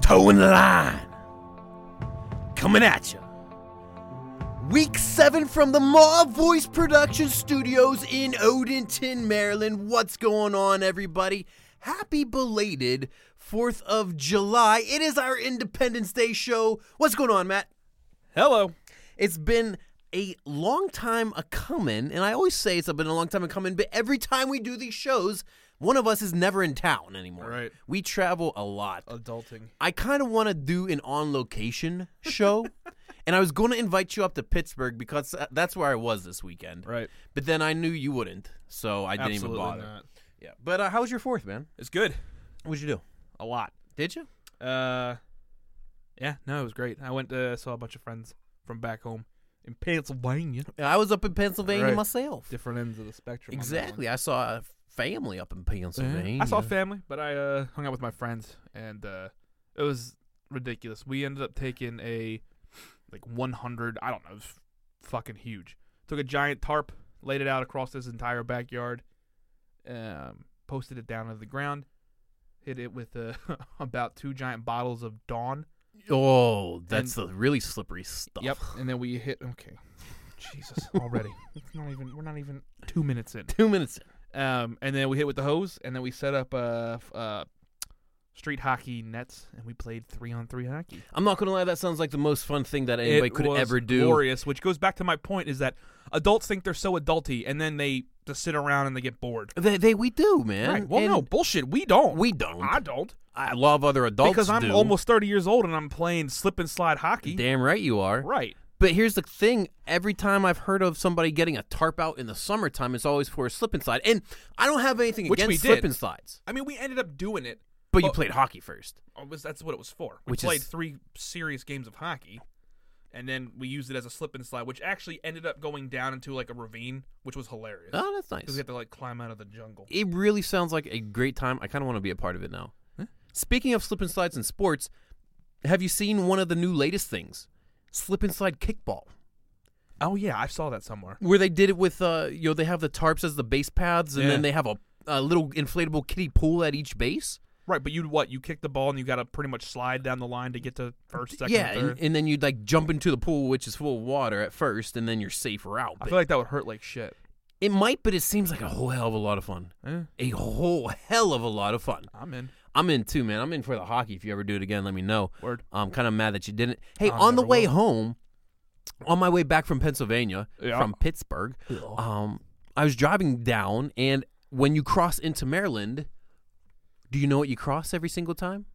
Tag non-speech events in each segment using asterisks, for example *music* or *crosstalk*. Toeing the line. Coming at you. Week seven from the Maw Voice Production Studios in Odenton, Maryland. What's going on, everybody? Happy belated 4th of July. It is our Independence Day show. What's going on, Matt? Hello. It's been a long time a coming, and I always say it's been a long time a coming, but every time we do these shows, one of us is never in town anymore. Right. We travel a lot. Adulting. I kind of want to do an on location *laughs* show, and I was going to invite you up to Pittsburgh because tha- that's where I was this weekend. Right. But then I knew you wouldn't, so I didn't Absolutely even bother. not. Yeah. But uh, how was your fourth, man? It's good. What'd you do? A lot. Did you? Uh, yeah. No, it was great. I went to saw a bunch of friends from back home in Pennsylvania. Yeah, I was up in Pennsylvania Right. myself. Different ends of the spectrum. on that exactly. I saw a family up in one. Yeah. Pennsylvania. Eh, I saw family, but I uh, hung out with my friends, and uh, it was ridiculous. We ended up taking a like 100. I don't know. It was fucking huge. Took a giant tarp, laid it out across this entire backyard, um, posted it down to the ground. Hit it with uh, *laughs* about two giant bottles of Dawn. oh, that's the really slippery stuff. Yep. And then we hit. Okay. Jesus, already. it's not even. We're not even two minutes *laughs* in. Two minutes. in. Um, and then we hit with the hose, and then we set up uh, f- uh, street hockey nets, and we played three on three hockey. I'm not gonna lie. That sounds like the most fun thing that anybody It could was ever do. Glorious. Which goes back to my point is that adults think they're so adulty, and then they just sit around and they get bored. They, they we do, man. right. Well, And no bullshit. We don't. we don't. I don't I love other adults because I'm do. almost thirty years old and I'm playing slip and slide hockey. damn right you are. Right. But here's the thing: every time I've heard of somebody getting a tarp out in the summertime, it's always for a slip and slide. And I don't have anything Which we against did. slip and slides, I mean, we ended up doing it. but you Well- played hockey first. Oh, was that's what it was for. We Which played is- three serious games of hockey, and then we used it as a slip and slide, which actually ended up going down into like a ravine, which was hilarious. Oh, that's 'Cause we nice. had to like climb out of the jungle. It really sounds like a great time. I kind of want to be a part of it now. Speaking of slip and slides in sports, have you seen one of the new latest things? Slip and slide kickball, Oh yeah, I saw that somewhere. where they did it with uh, you know, they have the tarps as the base paths, and Yeah. then they have a, a little inflatable kiddie pool at each base. Right, but you what? You kick the ball and you got to pretty much slide down the line to get to first, second, yeah, and third. and, and then you'd like jump into the pool, which is full of water at first, and then you're safer out. I But feel like that would hurt like shit. it might, but it seems like a whole hell of a lot of fun. Eh, A whole hell of a lot of fun. I'm in. I'm in too, man. I'm in for the hockey. If you ever do it again, let me know. Word. I'm kind of mad that you didn't. Hey, I on the never way will. home, on my way back from Pennsylvania, Yeah. from Pittsburgh, um, I was driving down, and when you cross into Maryland, do you know what you cross every single time?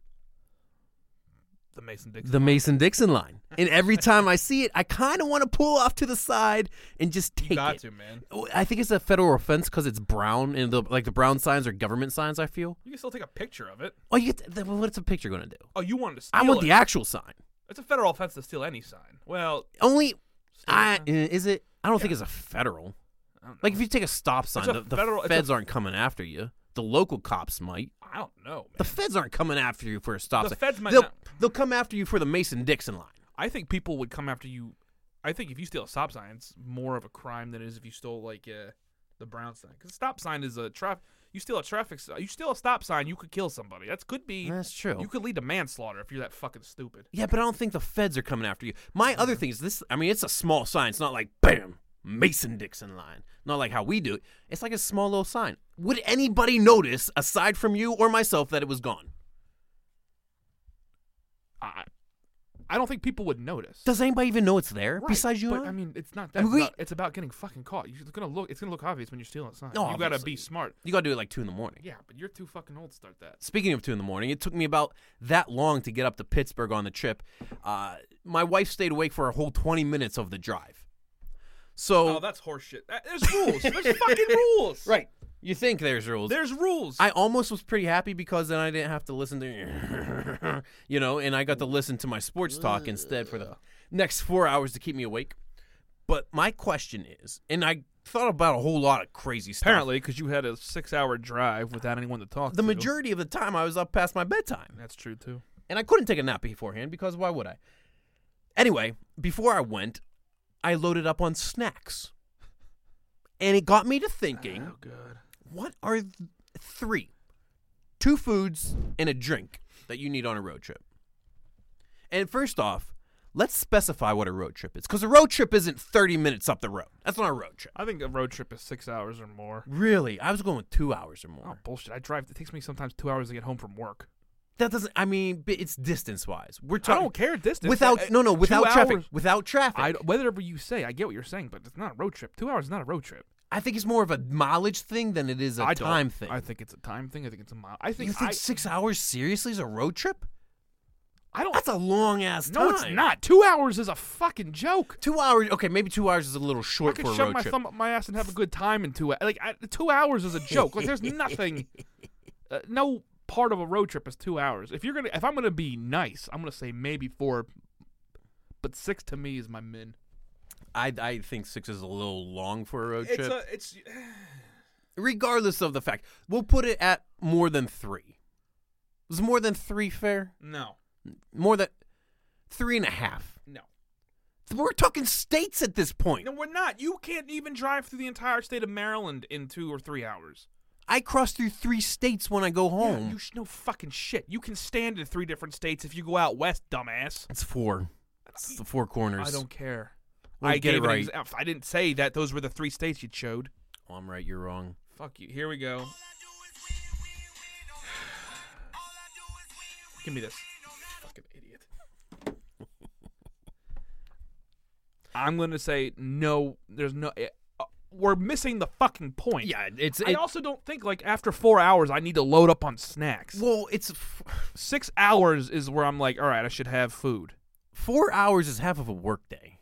The Mason Dixon. the Mason Dixon line. And every time I see it, I kind of want to pull off to the side and just take got it. to man. Oh, I think it's a federal offense because it's brown, and the like the brown signs are government signs. I feel. You can still take a picture of it. Oh, you get the, what's a picture going to do? Oh, you wanted to steal I want it. the actual sign. it's a federal offense to steal any sign. Well, Only steal I sign? is it? I don't think it's a federal. I don't know. Like if you take a stop sign, a the, the federal- it's a- feds aren't coming after you. The local cops might. I don't know. Man. The feds aren't coming after you for a stop The sign. feds might they'll, not- they'll come after you for the Mason Dixon line. I think people would come after you. I think if you steal a stop sign, it's more of a crime than it is if you stole like uh, the brown sign. Because stop sign is a traffic. You steal a traffic. si- You steal a stop sign, you could kill somebody. That's could be. That's true. You could lead to manslaughter if you're that fucking stupid. Yeah, but I don't think the feds are coming after you. My other thing is this I mean, it's a small sign. It's not like, bam, Mason Dixon line. Not like how we do it. It's like a small little sign. Would anybody notice, aside from you or myself, that it was gone? I, I don't think people would notice. Does anybody even know it's there Right, besides you? but and I I? mean, it's not I that. mean, we- it's, about, it's about getting fucking caught. You're gonna look. It's gonna look obvious when you're stealing a sign. No, you gotta obviously. be smart. you got to do it like 2 in the morning. Yeah, but you're too fucking old to start that. Speaking of 2 in the morning, it took me about that long to get up to Pittsburgh on the trip. Uh, my wife stayed awake for a whole 20 minutes of the drive. So, Oh, that's horseshit. That- There's *laughs* rules. There's fucking rules. right. You think there's rules. There's rules. I almost was pretty happy because then I didn't have to listen to, *laughs* you know, and I got to listen to my sports talk instead for the next four hours to keep me awake. But my question is, and I thought about a whole lot of crazy stuff. Apparently, because you had a six-hour drive without anyone to talk the to. majority of the time I was up past my bedtime. That's true too. and I couldn't take a nap beforehand because why would I? Anyway, before I went, I loaded up on snacks. And it got me to thinking, good. what are th- three, two foods and a drink that you need on a road trip? And first off, let's specify what a road trip is because a road trip isn't 30 minutes up the road. That's not a road trip. I think a road trip is six hours or more. Really? I was going with 2 hours or more. Oh bullshit! I drive. It takes me sometimes two hours to get home from work. That doesn't I mean, but it's distance-wise. We're I talking don't care distance. without I- no no, two without traffic, hours- without traffic. I, whatever you say, I get what you're saying, but it's not a road trip. Two hours is not a road trip. I think it's more of a mileage thing than it is a I don't- time thing. I think it's a time thing. I think it's a mile. I think, you think I, six hours seriously is a road trip? I don't. That's a long ass time. no, it's not. Two hours is a fucking joke. Two hours. Okay, maybe two hours is a little short for I could a shove road my trip. thumb up my ass and have a good time in two. hou- Like I, two hours is a joke. Like there's *laughs* nothing. Uh, no part of a road trip is two hours. If you're gonna, if I'm gonna be nice, I'm gonna say maybe four, but six to me is my min. I, I think six is a little long for a road It's trip. a, it's Regardless of the fact, we'll put it at more than three. Is more than three fair? no, More than three and a half. no, We're talking states at this point. no. We're not. You can't even drive through the entire state of Maryland in two or three hours. I cross through three states when I go Yeah, home. you sh- no fucking shit. You can stand in three different states if you go out west, dumbass. it's four. It's the four corners. I don't care. Well, I get it gave an right. exa- I didn't say that those were the three states you showed. Oh, I'm right. You're wrong. Fuck you. Here we go. *sighs* Give me this. Fucking idiot. *laughs* I'm going to say no. There's no. eh, uh, we're missing the fucking point. Yeah, it's. I it- also don't think like after four hours I need to load up on snacks. Well, it's f- Six hours is where I'm like, all right, I should have food. four hours is half of a workday.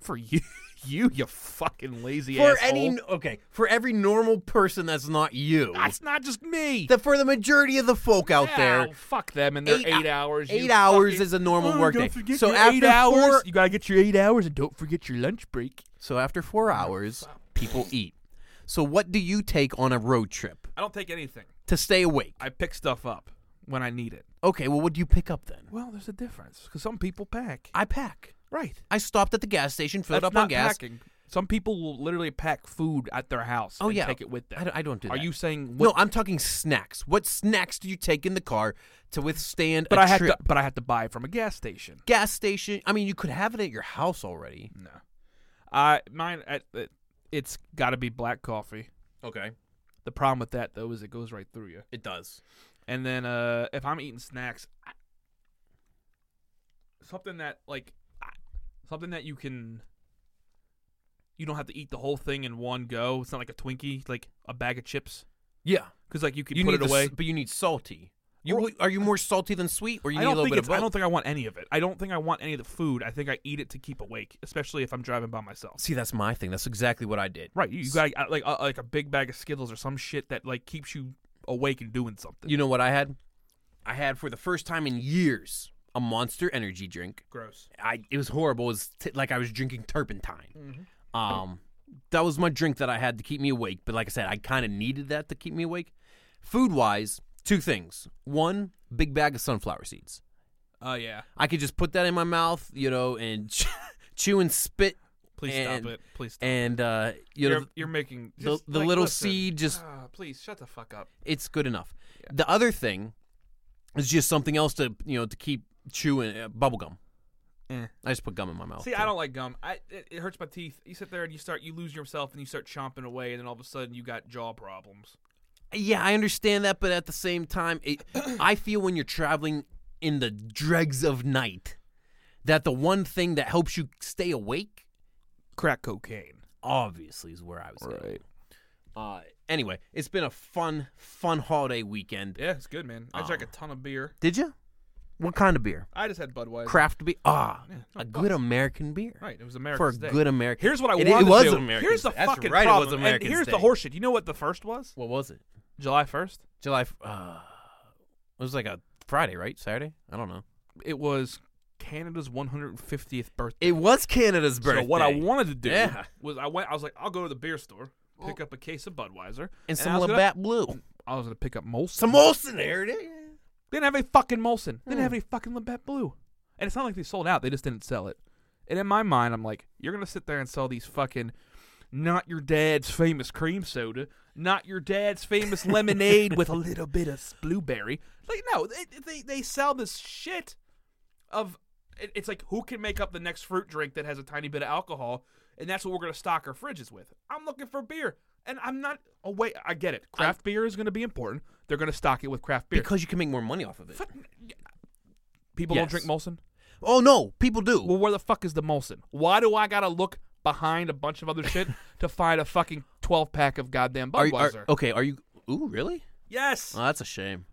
For *laughs* you, you, you fucking lazy For asshole. any okay, for every normal person that's not you, That's not just me. the, for the majority of the folk out Yeah, there, fuck them and their eight, eight hou- hours. you eight hours fucking- is a normal Oh, workday. Don't forget So your after eight hours, four- you gotta get your eight hours, and don't forget your lunch break. so after four hours, people eat. So what do you take on a road trip I don't take anything. to stay awake? I pick stuff up when I need it. Okay, well, what do you pick up then? Well, there's a difference because some people pack. I pack. Right. I stopped at the gas station, filled That's up not on gas. packing. Some people will literally pack food at their house. Oh and yeah, take it with them. I don't, I don't do Are that. you saying? No, I'm talking snacks. What snacks do you take in the car to withstand but a I have trip? to. But I have to buy it from a gas station. gas station. I mean, you could have it at your house already. No. I mine. At, it, it's got to be black coffee. Okay, The problem with that though is it goes right through you. it does. And then uh, if I'm eating snacks, I, something that like I, something that you can you don't have to eat the whole thing in one go. It's not like a Twinkie, like a bag of chips, Yeah, because like you can you put need it the s- away. but you need salty. You Or- w- are you more salty than sweet, or you I need a don't little think bit of it's, both? I don't think I want any of it. I don't think I want any of the food. I think I eat it to keep awake, especially if I'm driving by myself. See, that's my thing. That's exactly what I did. Right? You, you got like a, like a big bag of Skittles or some shit that like keeps you awake and doing something. You know what I had? I had for the first time in years a Monster Energy drink. Gross. I it was horrible. It was t- like I was drinking turpentine. Um, that was my drink that I had to keep me awake. But like I said, I kind of needed that to keep me awake. Food wise, two things. One, big bag of sunflower seeds. Oh yeah. I could just put that in my mouth, you know, and *laughs* chew and spit, Please And- stop it. Please stop. and uh, you know, you're, you're making the, just, the like, little listen. seed just Ah, please shut the fuck up. it's good enough. The other thing is just something else to you know to keep chewing uh, bubble gum. Eh. I just put gum in my mouth. See, I don't like gum. I it, it hurts my teeth. You sit there and you start you lose yourself and you start chomping away and then all of a sudden you got jaw problems. Yeah, I understand that, but at the same time, it, *coughs* I feel when you're traveling in the dregs of night that the one thing that helps you stay awake Crack cocaine. obviously is where I was. going. Uh, anyway, it's been a fun, fun holiday weekend. Yeah, it's good, man. I Um, drank a ton of beer. Did you? What kind of beer? I just had Budweiser. Craft beer. Ah, Yeah, no, a good American beer. Right, it was American. For a good American. Here's what I It- it wanted was to do. American here's the Day. That's fucking right, it was problem. and American here's the Day. horseshit. You know what the first was? What was it? July 1st. July. f- Uh, it was like a Friday, right? Saturday? I don't know. It was Canada's 150th birthday. It was Canada's birthday. So what I wanted to do Yeah. was I went. I was like, I'll go to the beer store, pick up a case of Budweiser, and I some was Labatt gonna- Blue. I was gonna pick up Molson. Some Olsen there it is. They didn't have any fucking Molson. They didn't have any fucking Labatt Blue. And it's not like they sold out. They just didn't sell it. And in my mind, I'm like, you're gonna sit there and sell these fucking not your dad's famous cream soda, not your dad's famous lemonade with a little bit of blueberry. Like no, they they, they sell this shit of it- it's like who can make up the next fruit drink that has a tiny bit of alcohol, and that's what we're gonna stock our fridges with. I'm looking for beer, and I'm not. Oh wait, I get it. Craft beer is gonna be important. They're gonna stock it with craft beer. Because you can make more money off of it. Fuck, yeah. People Yes. don't drink Molson. Oh no, people do. Well, where the fuck is the Molson? Why do I gotta look behind a bunch of other *laughs* shit to find a fucking twelve pack of goddamn Are you, are- oh. Budweiser? okay, are you? Ooh, really? yes. Oh, that's a shame.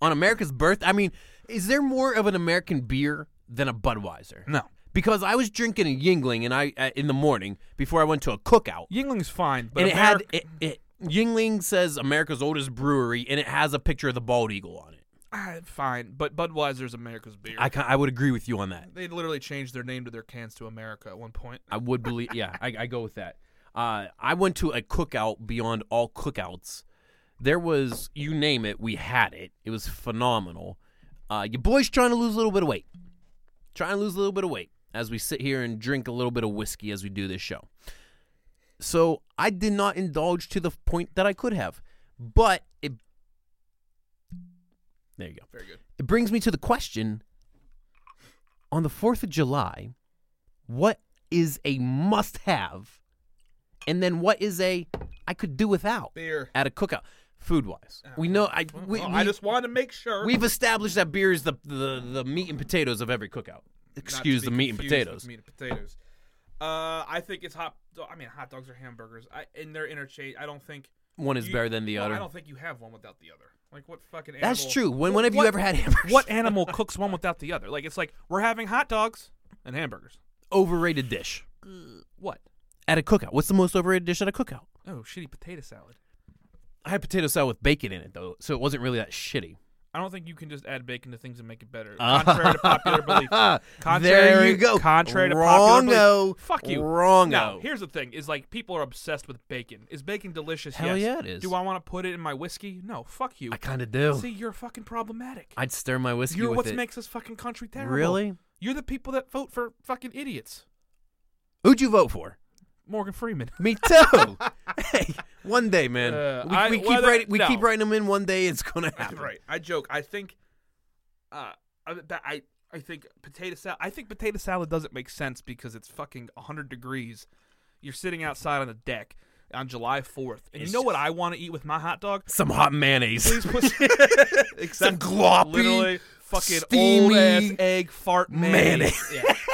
On America's birth, I mean, is there more of an American beer than a Budweiser? no. Because I was drinking a Yingling and I uh, in the morning before I went to a cookout, Yingling's fine, but and it had Ameri- it, it. Yingling says America's oldest brewery, and it has a picture of the bald eagle on it. ah, fine. But Budweiser's America's beer. I ca- I would agree with you on that. they literally changed their name to their cans to America at one point. I would believe. Yeah, I, I go with that. Uh, I went to a cookout beyond all cookouts. There was, you name it, we had it. It was phenomenal. Uh, your boy's trying to lose a little bit of weight. Trying to lose a little bit of weight as we sit here and drink a little bit of whiskey as we do this show. So I did not indulge to the point that I could have, but it. There you go. Very good. It brings me to the question on the 4th of July, what is a must have? And then what is a I could do without Beer. at a cookout food wise? We know I Uh, Well, we, well, we I just wanted to make sure. we've established that beer is the, the the meat and potatoes of every cookout. not to Excuse be the meat and confused with potatoes. Meat and potatoes. Uh, I think it's hot. do- I mean, hot dogs or hamburgers. I in their interchange. I don't think One is you- better than the no, other. I don't think you have one without the other. Like what fucking? Animal, That's true. When Wh- when have what- you ever had hamburgers? *laughs* What animal cooks one without the other? Like it's like we're having hot dogs and hamburgers. overrated dish What? at a cookout? What's the most overrated dish at a cookout? Oh, shitty potato salad. I had potato salad with bacon in it though, so it wasn't really that shitty. I don't think you can just add bacon to things and make it *laughs* better. Contrary to popular belief. Contrary, there you go. Contrary to popular belief. Wrongo. Fuck you. Wrongo. Now, here's the thing: is like people are obsessed with bacon. Is bacon delicious? Hell yes. yeah, it is. Do I want to put it in my whiskey? No. Fuck you. I kind of do. See, you're fucking problematic. I'd stir my whiskey You're with what it. makes this fucking country terrible. really? You're the people that vote for fucking idiots. Who'd you vote for? Morgan Freeman. *laughs* Me too. hey, one day, man. Uh, we I- we keep whether- writing. We no. keep writing them in. One day, it's gonna happen. right. I joke. I think, uh, I, that I I think potato salad. I think potato salad doesn't make sense because it's fucking 100 degrees. You're sitting outside on the deck on July 4th, and It's you know what just- I want to eat with my hot dog? Some hot mayonnaise. *laughs* *laughs* Please *laughs* put Some except gloppy. literally fucking old steamy ass egg fart mayonnaise. mayonnaise. yeah. *laughs*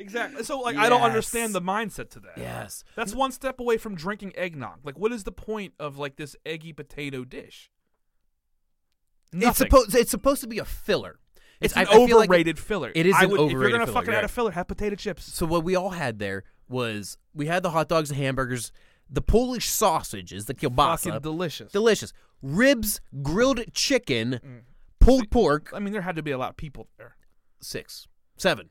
Exactly. So like I don't Yes. understand the mindset to that. Yes. That's one step away from drinking eggnog. Like, what is the point of like this eggy potato dish? Nothing. It's supposed. It's supposed to be a filler. It's I- an I feel like it- overrated filler. it is I an would, If you're overrated gonna filler, fucking you're add a right. filler, have potato chips. So what we all had there was we had the hot dogs and hamburgers, the Polish sausages, the kielbasa, Fucking delicious. delicious ribs, grilled chicken, Mm. pulled pork. I mean, there had to be a lot of people there. Six, seven,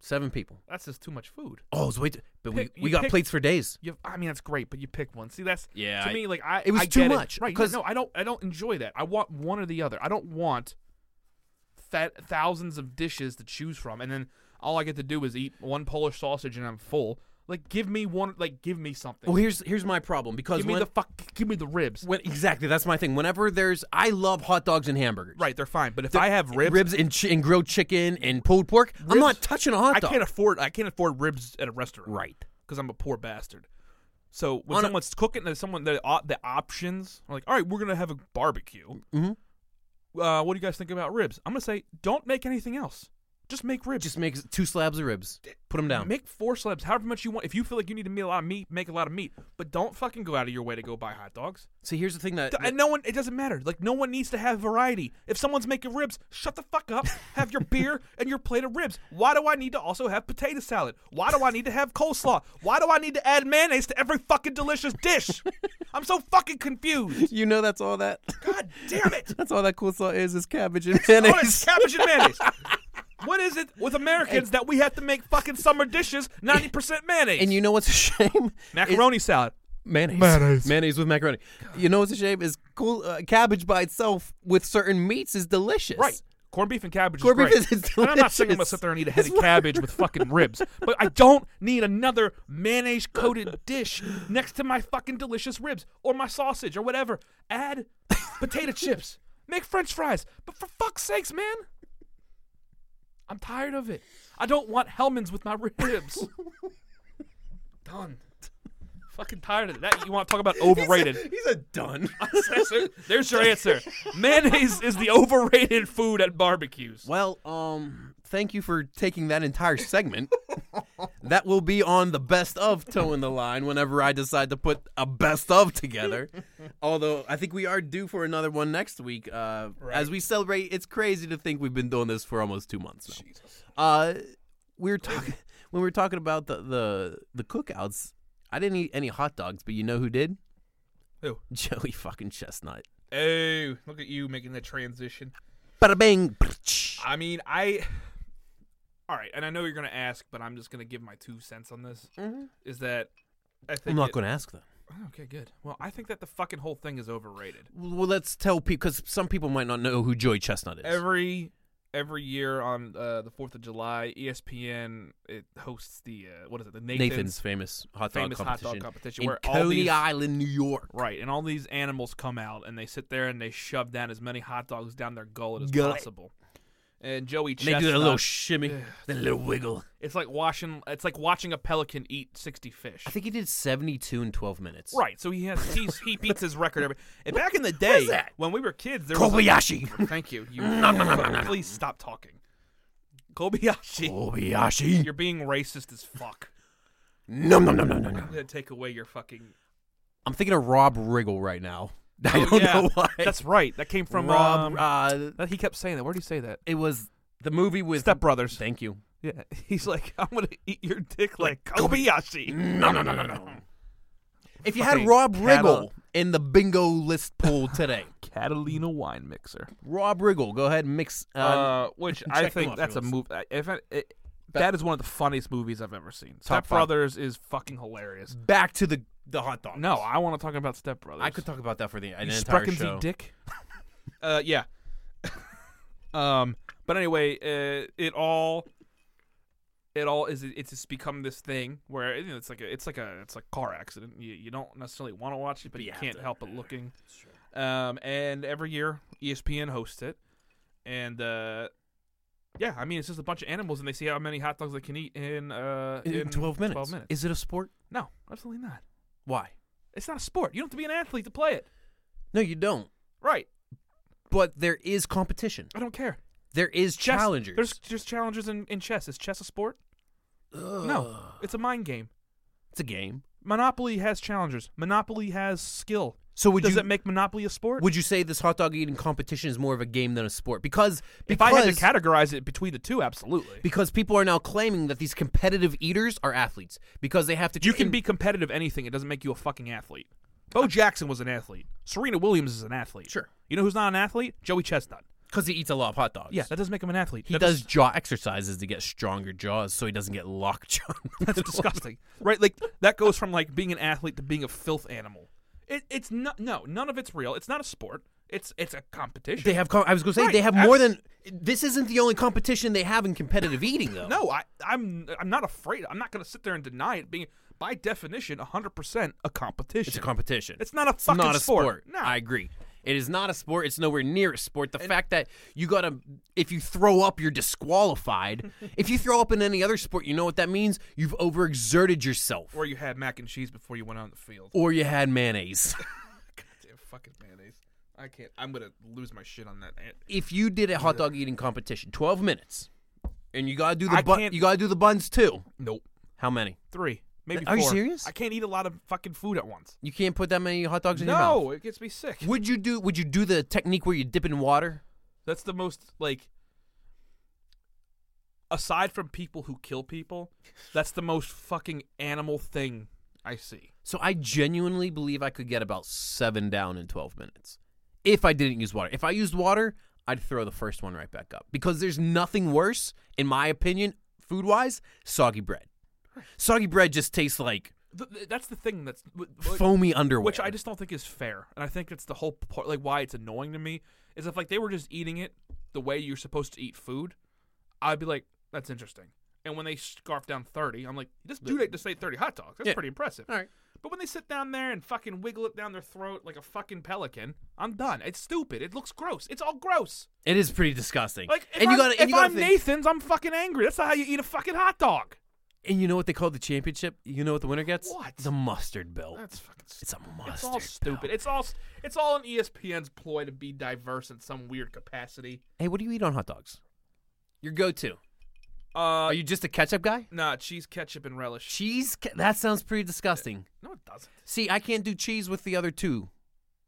seven people. That's just too much food. Oh, it was way too, but Pick- we, you we got pick- plates for days. You, I mean, that's great, but you pick one. See, that's Yeah, To I- me, like I, it was I too get much, Right? 'cause- No, I don't. I don't enjoy that. I want one or the other. I don't want th- thousands of dishes to choose from, and then all I get to do is eat one Polish sausage and I'm full. Like, give me one. Like, give me something. Well, here's here's my problem because give me when, the fuck. Give me the ribs. when exactly that's my thing. Whenever there's, I love hot dogs and hamburgers. Right, they're fine. But if I have ribs, and, chi- and grilled chicken and pulled pork, I'm Ribs- not touching a hot I dog. can't afford. I can't afford ribs at a *laughs* restaurant. right. because I'm a poor bastard. So when On a- someone's cooking, there's someone the op- the options are like, all right, we're gonna have a barbecue. Mhm. Uh, what do you guys think about ribs? I'm gonna say, don't make anything else. Just make ribs. Just make two slabs of ribs. Put them down. make four slabs, however much you want. If you feel like you need to meet a lot of meat, make a lot of meat. But don't fucking go out of your way to go buy hot dogs. See, here's the thing that, And no one, it doesn't matter. Like no one needs to have variety. If someone's making ribs, shut the fuck up. Have your *laughs* beer and your plate of ribs. Why do I need to also have potato salad? Why do I need to have coleslaw? Why do I need to add mayonnaise to every fucking delicious *laughs* dish? I'm so fucking confused. you know that's all that. *laughs* God damn it! That's all that cool sauce is is cabbage and *laughs* All this cabbage and mayonnaise. What is it with Americans that we have to make fucking summer dishes 90% mayonnaise? And you know what's a *laughs* shame? macaroni salad. Mayonnaise. Mayonnaise. Mayonnaise with macaroni. You know what's a shame is cool uh, cabbage by itself with certain meats is delicious. Right. Corned beef and cabbage Corned is beef great. is- is and I'm not saying I'm gonna delicious. sit there and eat a head of cabbage with fucking ribs, but I don't need another mayonnaise coated dish next to my fucking delicious ribs or my sausage or whatever. Add potato chips, make French fries, but for fuck's sakes, man, I'm tired of it. I don't want Hellman's with my *laughs* *laughs* ribs. Done. Fucking tired of it. That you want to talk about overrated? He's a *laughs* done. There's your answer. Mayonnaise is the overrated food at barbecues. Well, um, thank you for taking that entire *laughs* segment. that will be on the best of toe in the line whenever I decide to put a best of *laughs* together. Although I think we are due for another one next week. Uh, As we celebrate, it's crazy to think we've been doing this for almost two months now. Uh, we were talking *laughs* when we were talking about the the the cookouts. I didn't eat any hot dogs, but you know who did? Who? *laughs* Joey fucking Chestnut. Oh, look at you making the transition. Bada bing. I mean, I. All right, and I know you're gonna ask, but I'm just gonna give my two cents on this. Is that I think Mm-hmm. I'm not it- going to ask them. Okay, good. Well, I think that the fucking whole thing is overrated. Well, let's tell people because some people might not know who Joey Chestnut is. Every every year on uh, the Fourth of July, E ESPN it hosts the uh, what is it? The Nathan's, Nathan's famous hot dog famous hot competition dog competition, in where all Coney these- Island, New York. Right, and all these animals come out and they sit there and they shove down as many hot dogs down their gullet as Gullet. possible. And Joey And they Chestnut, do their little shimmy, Ugh. their little wiggle. it's like watching it's like watching a pelican eat sixty fish. I think he did 72 in 12 minutes. Right, so he has he's, *laughs* he beats his record every. And back in the day, that? when we were kids, there was Kobayashi. *laughs* a, thank you. *laughs* You please stop talking. Kobayashi, Kobayashi. you're being racist as fuck. Nom nom nom nom nom. nom. I'm gonna take away your fucking. I'm thinking of Rob Riggle right now. *laughs* I Oh, don't yeah. know why. That's right. That came from Rob. um, uh, that he kept saying that. Where did he say that? it was the movie with Step Brothers. Thank you. Yeah, *laughs* he's like, I'm gonna eat your dick like Kobayashi. No no no no no. If you Fucking had Rob cattle- Riggle in the bingo list pool today, Catalina wine mixer. Rob Riggle, go ahead and mix. Uh, Uh, *laughs* which check I them think off that's a your list. move. If I, it, that is one of the funniest movies I've ever seen. Step five. Brothers is fucking hilarious. back to the the hot dog. No, I want to talk about Step Brothers. I could talk about that for the an You entire sprechen Sie show. Dick. *laughs* uh, yeah. *laughs* um, but anyway, uh, it all, it all is. It's just become this thing where you know, it's like a, it's like a, it's like a car accident. You, you don't necessarily want to watch it, but you can't help but looking. Um, and every year E ESPN hosts it, and uh, yeah, I mean it's just a bunch of animals, and they see how many hot dogs they can eat in uh in, 12 minutes. Twelve minutes. Is it a sport? No, absolutely not. Why? It's not a sport. You don't have to be an athlete to play it. No, you don't. Right. But there is competition. I don't care. There is Chess- challengers. There's just challengers in, in chess. Is chess a sport? No, it's a mind game. it's a game. Monopoly has challengers. Monopoly has skill. So would Does you it make Monopoly a sport? would you say this hot dog eating competition is more of a game than a sport? Because if because I had to categorize it between the two, absolutely. because people are now claiming that these competitive eaters are athletes because they have to. you can in- be competitive anything. It doesn't make you a fucking athlete. Bo Jackson was an athlete. Serena Williams is an athlete. Uh, Sure. You know who's not an athlete? Joey Chestnut. because he eats a lot of hot dogs. Yeah, that doesn't make him an athlete. he That does is- *laughs* jaw exercises to get stronger jaws, so he doesn't get *laughs* lockjaw. That's disgusting, right? Like that goes from like being an athlete to being a filth animal. It, it's not. No, none of it's real. It's not a sport. It's it's a *laughs* competition. They have. Com- I was going to say Right, they have more abs- than. This isn't the only competition they have in competitive eating, though. No, I, I'm I'm not afraid. I'm not going to sit there and deny it being, by definition, 100% a competition. it's a competition. It's not a fucking not a sport. sport. No. I agree. It is not a sport. It's nowhere near a sport. The fact that you got to, if you throw up, you're *laughs* disqualified. if you throw up in any other sport, you know what that means? You've overexerted yourself, or you had mac and cheese before you went on the field. or you had *laughs* mayonnaise. Goddamn fucking mayonnaise. I can't. I'm going to lose my shit on that. if you did a hot dog eating competition, twelve minutes, and you got to do I the bun, can't- you got to do the buns too. Nope. How many? Three. Maybe Are you four. serious? I can't eat a lot of fucking food at once. You can't put that many hot dogs in your mouth. No, it gets me sick. Would you do? Would you do the technique where you dip in water? That's the most, like. Aside from people who kill people, that's the most fucking animal thing I see. So I genuinely believe I could get about seven down in 12 minutes if I didn't use water. If I used water, I'd throw the first one right back up because there's nothing worse, in my opinion, food wise, soggy bread. Soggy bread just tastes like Th- th- that's the thing that's w- w- foamy underwear. which I just don't think is fair, and I think that's the whole part, like why it's annoying to me is if like they were just eating it the way you're supposed to eat food, I'd be like, that's interesting. And when they scarf down thirty, I'm like, this dude ate just ate thirty hot dogs. That's Yeah. pretty impressive. All right. But when they sit down there and fucking wiggle it down their throat like a fucking pelican, I'm done. It's stupid. It looks gross. It's all gross. It is pretty disgusting. Like if and you I'm, gotta, and if you gotta I'm think- Nathan's, I'm fucking angry. That's not how you eat a fucking hot dog. And you know what they call the championship? You know what the winner gets? What? The mustard belt. That's fucking. Stupid. it's a mustard. It's all stupid. belt. It's all s- it's all an ESPN's ploy to be diverse in some weird capacity. Hey, what do you eat on hot dogs? Your go-to? Uh, Are you just a ketchup guy? nah, cheese, ketchup, and relish. Cheese? ca- That sounds pretty disgusting. No, it doesn't. See, I can't do cheese with the other two.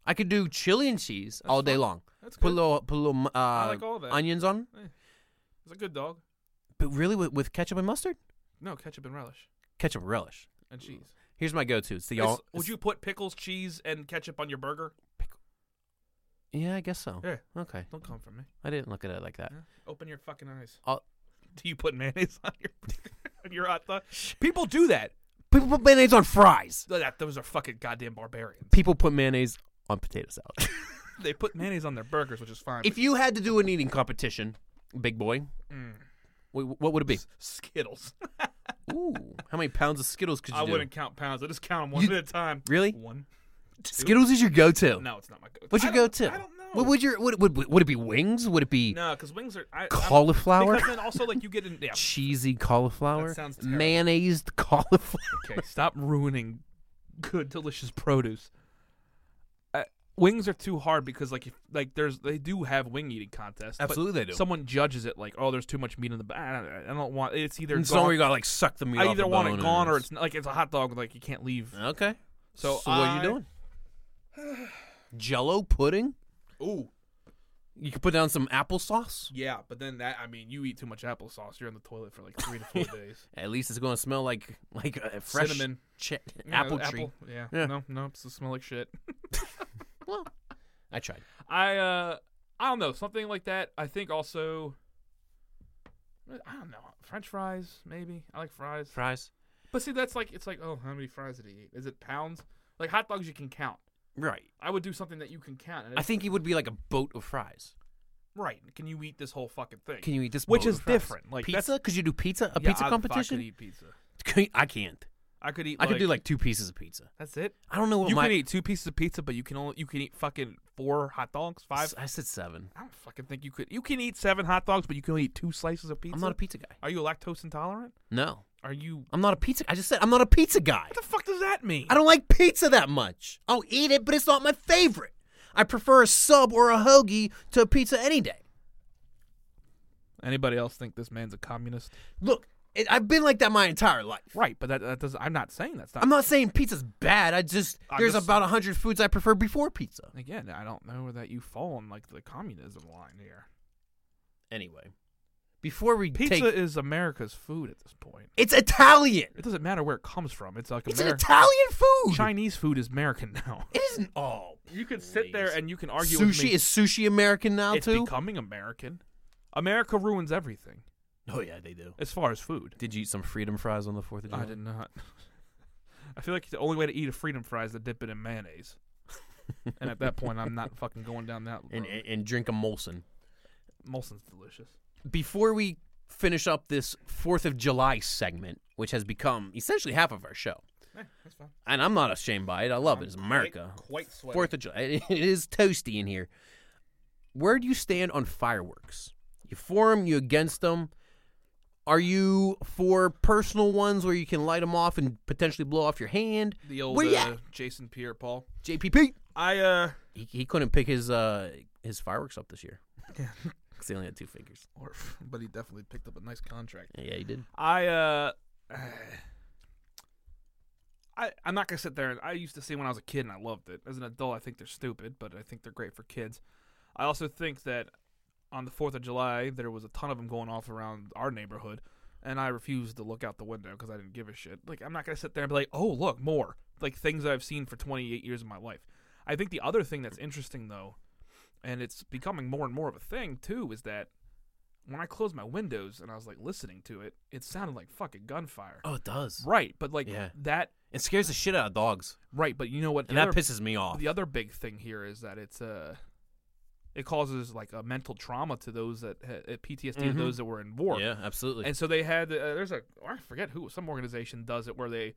I could do chili and cheese all day long. That's Put a good. little, put a little uh, like all of that. onions on. It's a good dog. But really, with, with ketchup and mustard, No, ketchup and relish ketchup relish. and cheese. Here's my go-to. It's the Is- all. would you put pickles, cheese, and ketchup on your burger? Yeah, I guess so. Yeah. Okay, Don't come for me. I didn't look at it like that. Yeah. Open your fucking eyes. *laughs* I'll- do you put mayonnaise on your *laughs* on your hot dog? People do that. People put mayonnaise on fries. That those are fucking goddamn barbarians. People put mayonnaise on potato salad. *laughs* They put mayonnaise on their burgers, which is fine. if you had to do an eating competition, big boy, but- Mm. wh- what would it be? Skittles. Ooh, how many pounds of Skittles could you I do? wouldn't count pounds. I just count them one You- at a time. Really? One. Skittles is your go-to. No, it's not my go. What's your go-to? I don't know. What would your would, would would it be? Wings? Would it be no, because wings are I, I'm- cauliflower? Because then also like you get in. Yeah. *laughs* Cheesy cauliflower? That sounds terrible. Mayonnaised cauliflower? okay, stop ruining good, delicious produce. Uh, wings are too hard because like if, like there's they do have wing eating contests. but Absolutely they do. Someone judges it like oh there's too much meat in the back. I don't, I don't want it's either It's gone. not where you gotta like suck the meat I off either the want bone it gone or it's not, like it's a hot dog like you can't leave. Okay. So what are I- you doing? *sighs* Jello pudding? Ooh, You could put down some applesauce. yeah, but then that I mean you eat too much applesauce, you're in the toilet for like three *laughs* to four days. At least it's gonna smell like like a fresh Cinnamon. che- Yeah, apple tree. Yeah. Yeah. No, no, it's the smell like shit. Well, I tried. I uh I don't know, something like that. I think also I don't know. French fries, maybe. I like fries. Fries. But see that's like it's like, oh, how many fries did he eat? Is it pounds? Like hot dogs you can count. Right. I would do something that you can count. And I it's- think it would be like a boat of fries. right. Can you eat this whole fucking thing? Can you eat this? Which boat is of fries? different, like, that's- pizza? Could you do pizza? A Yeah, pizza I- if I *laughs* competition? could eat pizza. I can't. I could eat I could do like two pieces of pizza. that's it. I don't know what You my. can eat two pieces of pizza, but you can only you can eat fucking four hot dogs, five. I said seven. I don't fucking think you could. You can eat seven hot dogs, but you can only eat two slices of pizza. I'm not a pizza guy. Are you lactose intolerant? No, Are you? I'm not a pizza. I just said I'm not a pizza guy. What the fuck does that mean? I don't like pizza that much. I'll eat it, but it's not my favorite. I prefer a sub or a hoagie to a pizza any day. Anybody else think this man's a communist? Look, it, I've been like that my entire life. Right, but that, that does. I'm not saying that's not. I'm not saying pizza's bad. I just I there's just- about a hundred foods I prefer before pizza. Again, I don't know that you fall on like the communism line here. Anyway, before we Pizza take, is America's food at this point. it's Italian. It doesn't matter where it comes from. It's like It's an Ameri- Italian food. Chinese food is American *laughs* now. It isn't all. You could sit there and you can argue with sushi me. is sushi American now it's too. becoming American. America ruins everything oh yeah, they do. as far as food. Did you eat some freedom fries on the Fourth of July? I did not. *laughs* I feel like the only way to eat a freedom fry is to dip it in mayonnaise. and at that point, I'm not fucking going down that road. And, and, and drink a Molson. Molson's delicious. Before we finish up this Fourth of July segment, which has become essentially half of our show, that's fine. and I'm not ashamed by it. I love it. It's America. Quite sweaty. Fourth of July. It is toasty in here. Where do you stand on fireworks? You for 'em, You against them? Are you for personal ones where you can light them off and potentially blow off your hand? the old Where you uh, at? Jason Pierre Paul. JPP. I uh, He, he couldn't pick his uh his fireworks up this year. Yeah. *laughs* 'Cause he only had two fingers. or, *laughs* but he definitely picked up a nice contract. Yeah, he did. I uh, I I'm not gonna sit there and I used to see when I was a kid and I loved it. As an adult, I think they're stupid, but I think they're great for kids. I also think that on the Fourth of July there was a ton of them going off around our neighborhood, and I refused to look out the window because I didn't give a shit. Like I'm not gonna sit there and be like, oh look more like things that I've seen for 28 years of my life. I think the other thing that's interesting though and it's becoming more and more of a thing too is that when I closed my windows and I was like listening to it, it sounded like fucking gunfire. Oh, it does. Right, but like Yeah. that It scares the shit out of dogs, right, but you know and what? the that other- pisses me off. the other big thing here is that it's uh it causes like a mental trauma to those that ha- uh, PTSD to Mhm. those that were in war. Yeah, absolutely. And so they had uh, there's a I forget who some organization does it where they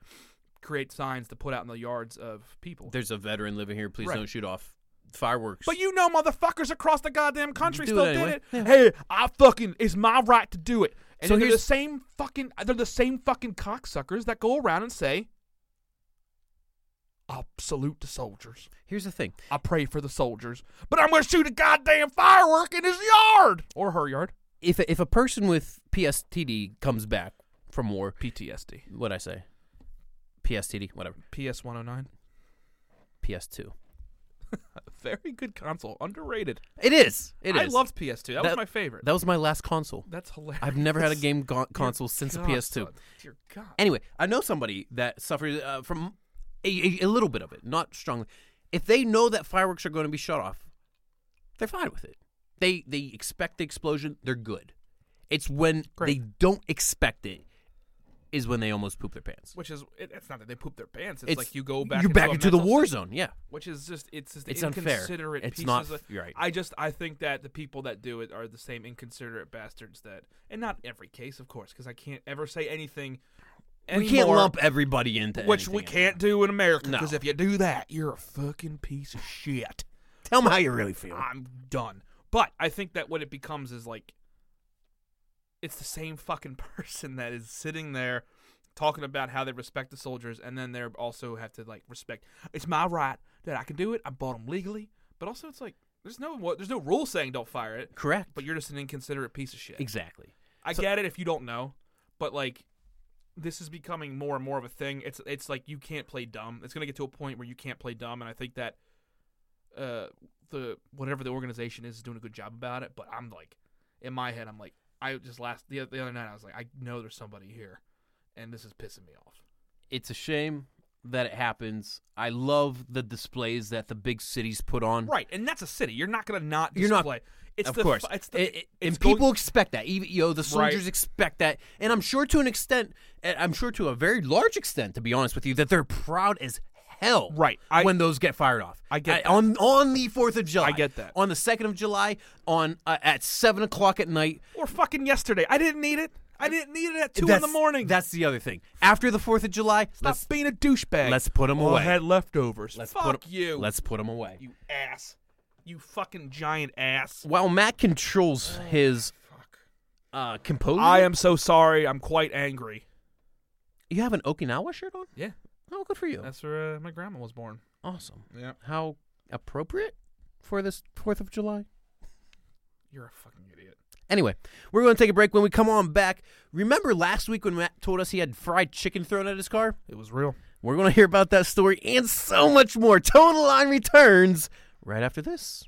create signs to put out in the yards of people. There's a veteran living here. Please Right. don't shoot off fireworks. but you know, motherfuckers across the goddamn country Do it still anyway. did it. Hey, I fucking it's my right to do it. And So so they're the here's- same fucking they're the same fucking cocksuckers that go around and say, "I salute the soldiers. here's the thing. I pray for the soldiers, but I'm gonna shoot a goddamn firework in his yard or her yard." If a, if a person with PSTD comes back from war, PTSD, what I say? PSTD, whatever. PS 109, PS2. very good console, underrated. It is. It is. I loved PS2. That, was That- my favorite. That was my last console. That's hilarious. I've never *laughs* had a Dear game go- console since God, the PS2. son. Dear God. Anyway, I know somebody that suffers uh, from a, a, a little bit of it, not strongly. If they know that fireworks are going to be shut off, they're fine with it. They they expect the explosion, they're good. It's when Great. they don't expect it is when they almost poop their pants. Which is it, it's not that they poop their pants. It's, like you go back. you're into back a into the mental war state, zone. Yeah, which is just it's just It's unfair. inconsiderate. It's pieces not- of- you're right. I just I think that the people that do it are the same inconsiderate bastards that, and not every case, of course, because I can't ever say anything. we can't anymore. lump everybody into Which we anything. can't do in America No. because if you do that, you're a fucking piece of shit. Tell them how you really feel. I'm done. But I think that what it becomes is like it's the same fucking *laughs* person that is sitting there talking about how they respect the soldiers and then they're also have to like respect it's my right that I can do it. I bought them legally. But also it's like there's no what there's no rule saying don't fire it, Correct. but you're just an inconsiderate piece of shit. exactly. I get it if you don't know, but like this is becoming more and more of a thing. It's it's like you can't play dumb. It's gonna get to a point where you can't play dumb, and I think that uh the whatever the organization is is doing a good job about it. But I'm like in my head, I'm like I just last the, the other night I was like I know there's somebody here, and this is pissing me off. It's a shame that it happens. I love the displays that the big cities put on. Right, and that's a city. You're not gonna not You're not- display. it's of the, course, fu- It's the, It- it- and it's going- people expect that. Even you know, the soldiers Right. expect that, and I'm sure to an extent, and I'm sure to a very large extent, to be honest with you, that they're proud as hell. Right. I- when those get fired off, I get that. on on the Fourth of July. I get that. on the second of July, on uh, at seven o'clock at night. or fucking yesterday. I didn't need it. I didn't need it at two in the That's- morning. That's the other thing. After the Fourth of July, Stop let's being a douchebag. let's put 'em Oh, away. I had leftovers. let's Fuck put 'em- you. Let's put them away. you ass. You fucking giant ass. While Matt controls his Fuck. uh, composure, I am so sorry. I'm quite angry. You have an Okinawa shirt on? Yeah. Oh, good for you. That's where uh, my grandma was born. awesome. Yeah. How appropriate for this 4th of July. You're a fucking idiot. Anyway, we're going to take a break. When we come on back, remember last week when Matt told us he had fried chicken thrown at his car? It was real. We're going to hear about that story and so much more. Toe on the line returns right after this.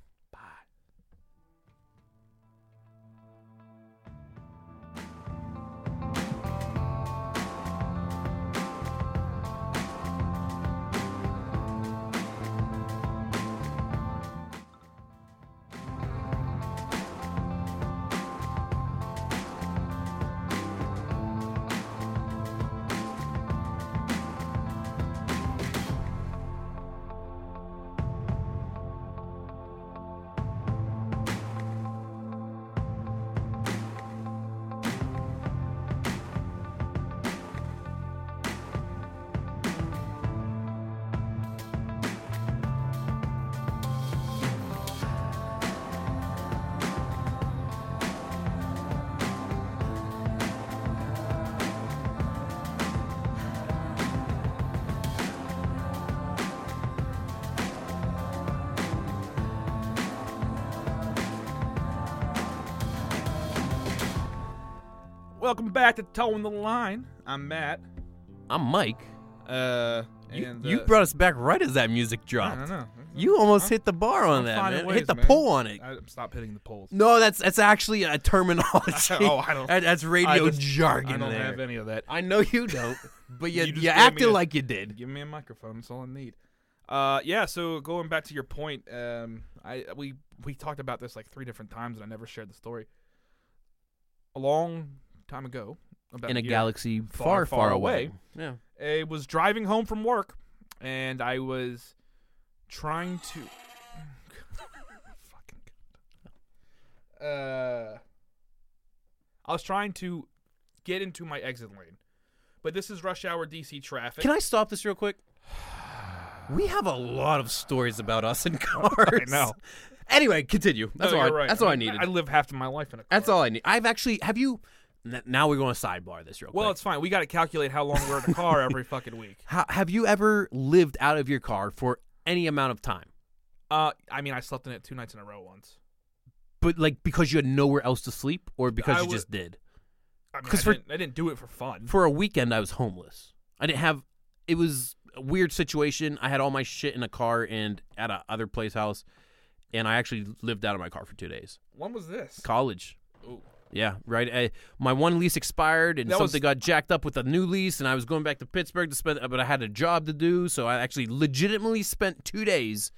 Welcome back to Towing the Line. I'm Matt. I'm Mike. Uh, You, and, you uh, brought us back right as that music I don't dropped. know. You almost I'm- hit the bar on I'm that, finding man. ways, hit the man. pull on it. I, stop hitting the poles. No, that's that's actually a terminology. *laughs* Oh, I *laughs* don't- That- that's radio I just- jargon. I don't there. have any of that. *laughs* I know you don't, but you, You you, just gave me acted a- like you did. Give me a microphone. That's all I need. Uh, yeah. So going back to your point, um, I we we talked about this like three different times, and I never shared the story. A long time ago, about in a year, galaxy far, far, far, far away. away. Yeah. I was driving home from work, and I was trying to. *sighs* Fucking. God. Uh, I was trying to get into my exit lane, but this is rush hour DC traffic. Can I stop this real *sighs* quick? We have a lot of stories about us in cars. *laughs* I know. Anyway, continue. That's No, all. I, you're right. That's all I mean, needed. I live half of my life in a car. that's all I need. I've actually. Have you? n- Now we're going to sidebar this real Well, quick. it's fine. We got to calculate how long we're in a car every *laughs* fucking week. How, have you ever lived out of your car for any amount of time? Uh, I mean, I slept in it two nights in a row once. But like because you had nowhere else to sleep, or because I you would- just did. I mean, I, 'Cause for- didn't, I didn't do it for fun. For a weekend, I was homeless. I didn't have. It was a weird situation. I had all my shit in a car and at a other place house, and I actually lived out of my car for two days. when was this? College. Ooh. Yeah, right. I, my one lease expired, and That was- something got jacked up with a new lease, and I was going back to Pittsburgh to spend. But I had a job to do, so I actually legitimately spent two days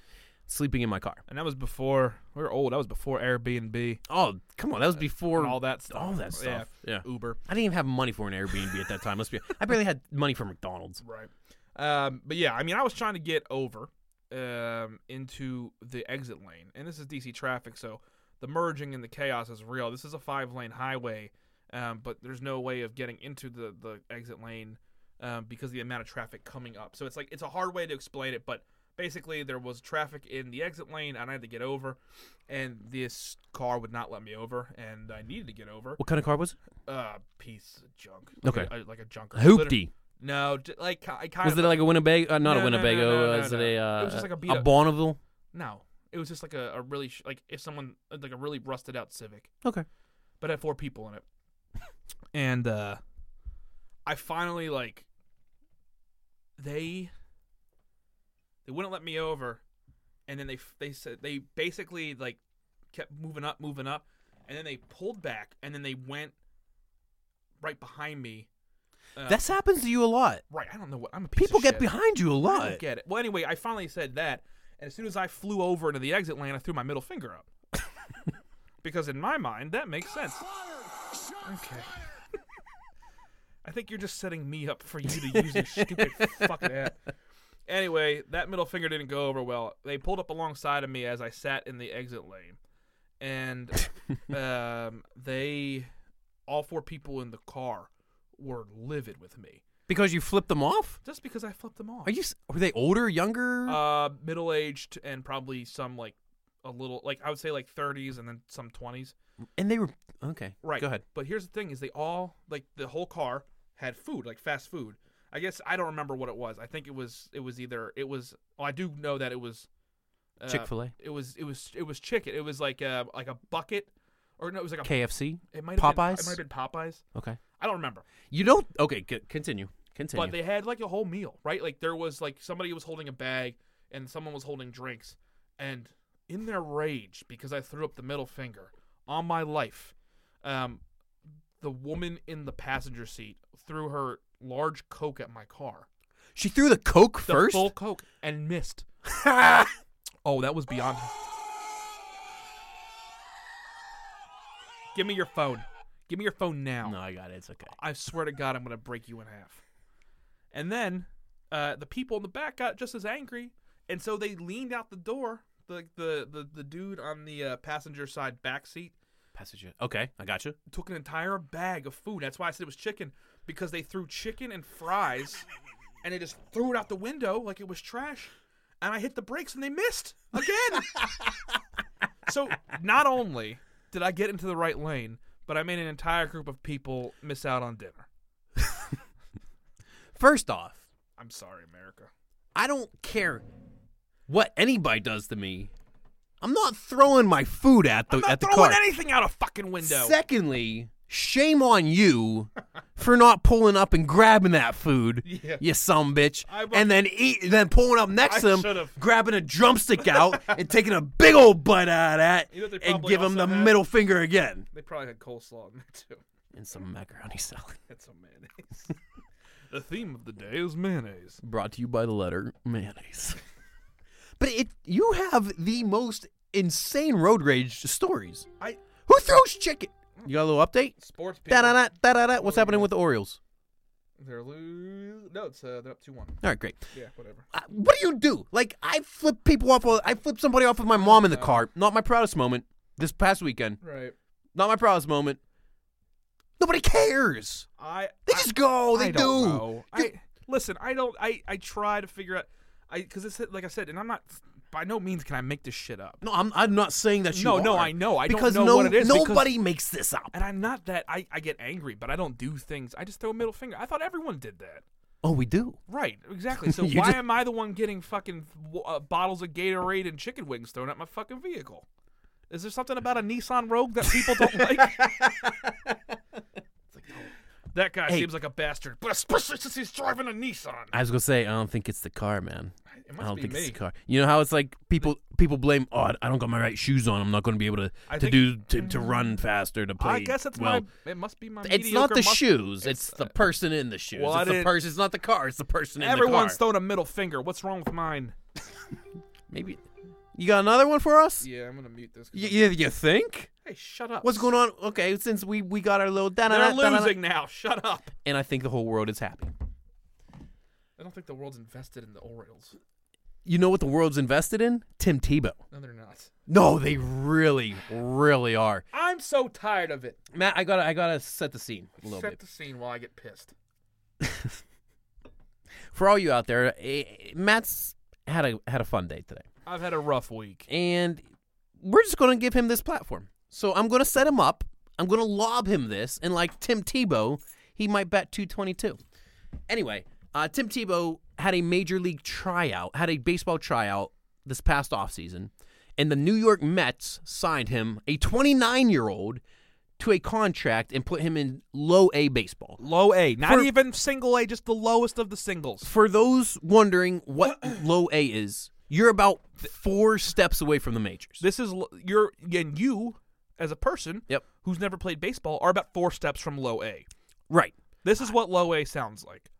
sleeping in my car. And that was before we were old. That was before Airbnb Oh, come on, that was before Uh, and all that stuff. all that stuff. Yeah. Uber. I didn't even have money for an Airbnb at that time. Let's be. I barely had money for McDonald's. Right. Um, but yeah, I mean, I was trying to get over um, into the exit lane, and this is DC traffic, so the merging and the chaos is real. This is a five lane highway, um, but there's no way of getting into the the exit lane um, because of the amount of traffic coming up. So it's like it's a hard way to explain it, but basically there was traffic in the exit lane, and I had to get over, and this car would not let me over, and I needed to get over. What kind of car was it? Uh, piece of junk. Okay. Like a, like a junker. Liter- Hoopty. No, j- like I kind Was of it like a Winnebago? Uh, not No, a no, no, Winnebago. no, no, was no. it a? Uh, It was just like a beat up- Bonneville. No, it was just like a, a really sh- like if someone like a really rusted out Civic, Okay. but had four people in it. *laughs* and uh I finally like they they wouldn't let me over, and then they f- they said they basically like kept moving up, moving up, and then they pulled back, and then they went right behind me. Uh, This happens to you a lot. right. I don't know what I'm a piece People of get shit. behind you a I lot. don't get it. Well, anyway, I finally said that, and as soon as I flew over into the exit lane, I threw my middle finger up. *laughs* because in my mind, that makes sense. Okay. *laughs* I think you're just setting me up for you *laughs* to use your stupid fucking app. Anyway, that middle finger didn't go over well. They pulled up alongside of me as I sat in the exit lane, *laughs* and um, they, all four people in the car, were livid with me Because you flip them off. just because I flipped them off. Are you? s- Were they older, younger? Uh, middle aged and probably some like a little like I would say like 30s and then some 20s. And they were okay. Right. Go ahead. But here's the thing: is they all like the whole car had food, like fast food. I guess I don't remember what it was. I think it was it was either it was. Well, I do know that it was uh, Chick-fil-A? It was it was it was chicken. It was like a like a bucket, or no, it was like a KFC. it might have been- Popeyes? it might have been Popeyes. Okay. I don't remember. You don't. Okay. C- continue. Continue. But they had like a whole meal, right? Like there was like somebody was holding a bag and someone was holding drinks. And in their rage, because I threw up the middle finger on my life, um, the woman in the passenger seat threw her large Coke at my car. she threw the Coke The first. *laughs* full *laughs* Coke and missed. oh, that was beyond. Give me your phone. Give me your phone now. no, I got it. It's okay. I swear to God, I'm going to break you in half. And then uh, the people in the back got just as angry, and so they leaned out the door. The the the, the dude on the uh, passenger side back seat Passenger. Okay, I got you. took an entire bag of food. That's why I said it was chicken because they threw chicken and fries, and they just threw it out the window like it was trash. And I hit the brakes and they missed again. *laughs* so not only did I get into the right lane, but I made an entire group of people miss out on dinner. First off, I'm sorry, America. I don't care what anybody does to me. I'm not throwing my food at the I'm not at the throwing car. anything out a fucking window. Secondly, shame on you for not pulling up and grabbing that food. *laughs* Yeah. You some bitch. I wa- and then eat then pulling up next I to him, should've. grabbing a drumstick *laughs* out and taking a big old bite out of that You know what they and probably give him also the had? middle finger again. they probably had coleslaw in there *laughs* too. And some macaroni salad. That's some *laughs* mayonnaise. the theme of the day is mayonnaise. *laughs* Brought to you by the letter mayonnaise. But it you have the most insane road rage stories. I- Who throws chicken? You got a little update? Sports people. Da-da-da, da-da-da. What's happening with the Orioles? They're lose. No, it's uh, they're up two one. All right, great. Yeah, whatever. Uh, what do you do? Like I flip people off. with- I flip somebody off with my mom in the No. car. Not my proudest moment. This past weekend. Right. Not my proudest moment. Nobody cares. I They just go. They I do. don't know. I listen. I don't. I I try to figure out. I because it's like I said, and I'm not. By no means can I make this shit up. No, I'm. I'm not saying that you. No, are. no, I know. I don't because know no, what it is, because- Nobody makes this up. And I'm not that. I I get angry, but I don't do things. I just throw a middle finger. I thought everyone did that. Oh, we do. Right. *laughs* Exactly. So You why just- am I the one getting fucking uh, bottles of Gatorade and chicken wings thrown at my fucking vehicle? Is there something about a Nissan Rogue that people *laughs* don't like? It's like, oh, that guy Hey. seems like a bastard, but especially since he's driving a Nissan. I was gonna say I don't think it's the car, man. It must I don't be think me. it's the car. You know how it's like people people blame. Oh, I don't got my right shoes on. I'm not gonna be able to I to think- Mm. do to, to run faster to play. I guess it's well. my. It must be my. It's not mediocre the mus- shoes. It's, the person in the shoes. Well, I it's the didn't- person. It's not the car. It's the person in Everyone's the car. throwing a middle finger. What's wrong with mine? Maybe you got another one for us. Yeah, I'm gonna mute this. Y- y- you think? Hey, shut up. What's going on? Okay, since we we got our little da They're da losing now. Shut up. and I think the whole world is happy. I don't think the world's invested in the Orioles. You know what the world's invested in? Tim Tebow. No, they're not. No, they really, really are. I'm so tired of it. Matt, I gotta, I gotta set the scene a little Set bit the scene while I get pissed. for all you out there. eh, Matt's had a had a fun day today, I've had a rough week. and we're just gonna give him this platform. So I'm gonna set him up. I'm gonna lob him this, and like Tim Tebow, he might bet 222. Anyway, uh, Tim Tebow had a major league tryout, had a baseball tryout this past offseason, and the New York Mets signed him, a 29 year old, to a contract and put him in low A baseball. Low A, not For- even single A, just the lowest of the singles. for those wondering what low A is, you're about four steps away from the majors. This is l- you're and you as a person Yep. who's never played baseball are about four steps from low A. Right. This is what low A sounds like.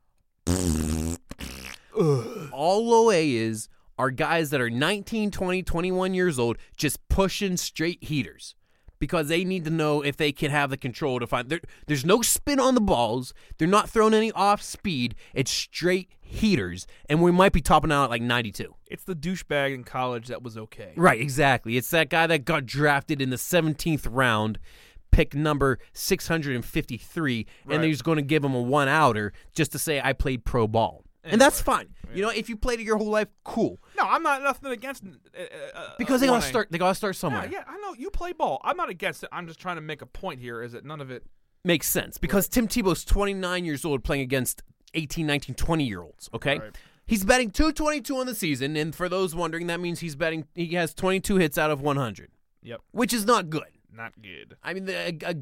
All low A is are guys that are 19, 20, 21 years old just pushing straight heaters because they need to know if they can have the control to find. There, there's no spin on the balls. They're not throwing any off speed. It's straight heaters. And we might be topping out at like 92. It's the douchebag in college that was okay. Right, exactly. It's that guy that got drafted in the 17th round, pick number 653, and Right. they're just going to give him a one outer just to say, I played pro ball. And that's fine. You know, if you played it your whole life, cool. No, I'm not nothing against uh, uh, Because they uh, gotta 1A. start. They gotta start somewhere. Yeah, yeah, I know you play ball. I'm not against it. I'm just trying to make a point here. Is that none of it? Makes sense because Tim Tebow's 29 years old playing against 18, 19, 20 year olds. Okay, Right. he's batting 222 on the season, and for those wondering, that means he's batting. He has 22 hits out of 100, Yep, which is not good. not good I mean, the, a, a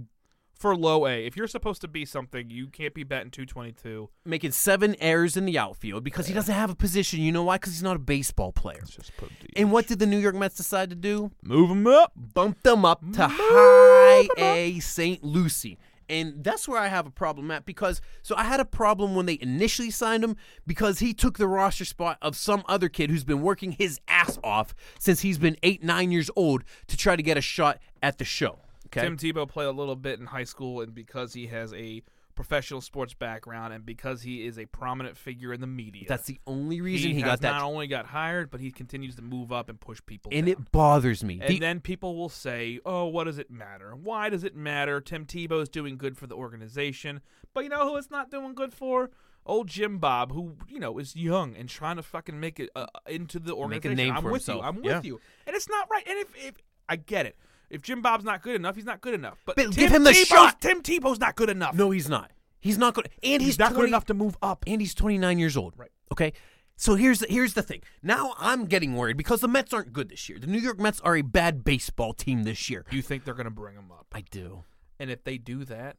for low A. If you're supposed to be something, you can't be betting 222. making seven errors in the outfield because he doesn't have a position. You know why? Because he's not a baseball player. Just put the And what did the New York Mets decide to do? move them up. Bump them up to high A St. Lucie. And that's where I have a problem at because so I had a problem when they initially signed him because he took the roster spot of some other kid who's been working his ass off since he's been eight, nine years old to try to get a shot at the show. Okay. Tim Tebow played a little bit in high school, and because he has a professional sports background, and because he is a prominent figure in the media, that's the only reason he, has got that. Not only got hired, but he continues to move up and push people. and down. it bothers me. And The- then people will say, "Oh, what does it matter? Why does it matter? Tim Tebow's doing good for the organization, but you know who it's not doing good for? Old Jim Bob, who you know is young and trying to fucking make it uh, into the organization. name I'm for with himself. you. I'm with Yeah. you, and it's not right. And if, if I get it, if Jim Bob's not good enough, he's not good enough. But, But Tim give him the Tebow's- shot! Tim Tebow's not good enough. No, he's not. He's not good. And he's, he's, not 20 good enough to move up. And he's 29 years old. Right. Okay. So here's the, here's the thing. Now I'm getting worried because the Mets aren't good this year. The New York Mets are a bad baseball team this year. You think they're gonna bring him up? I do. And if they do that,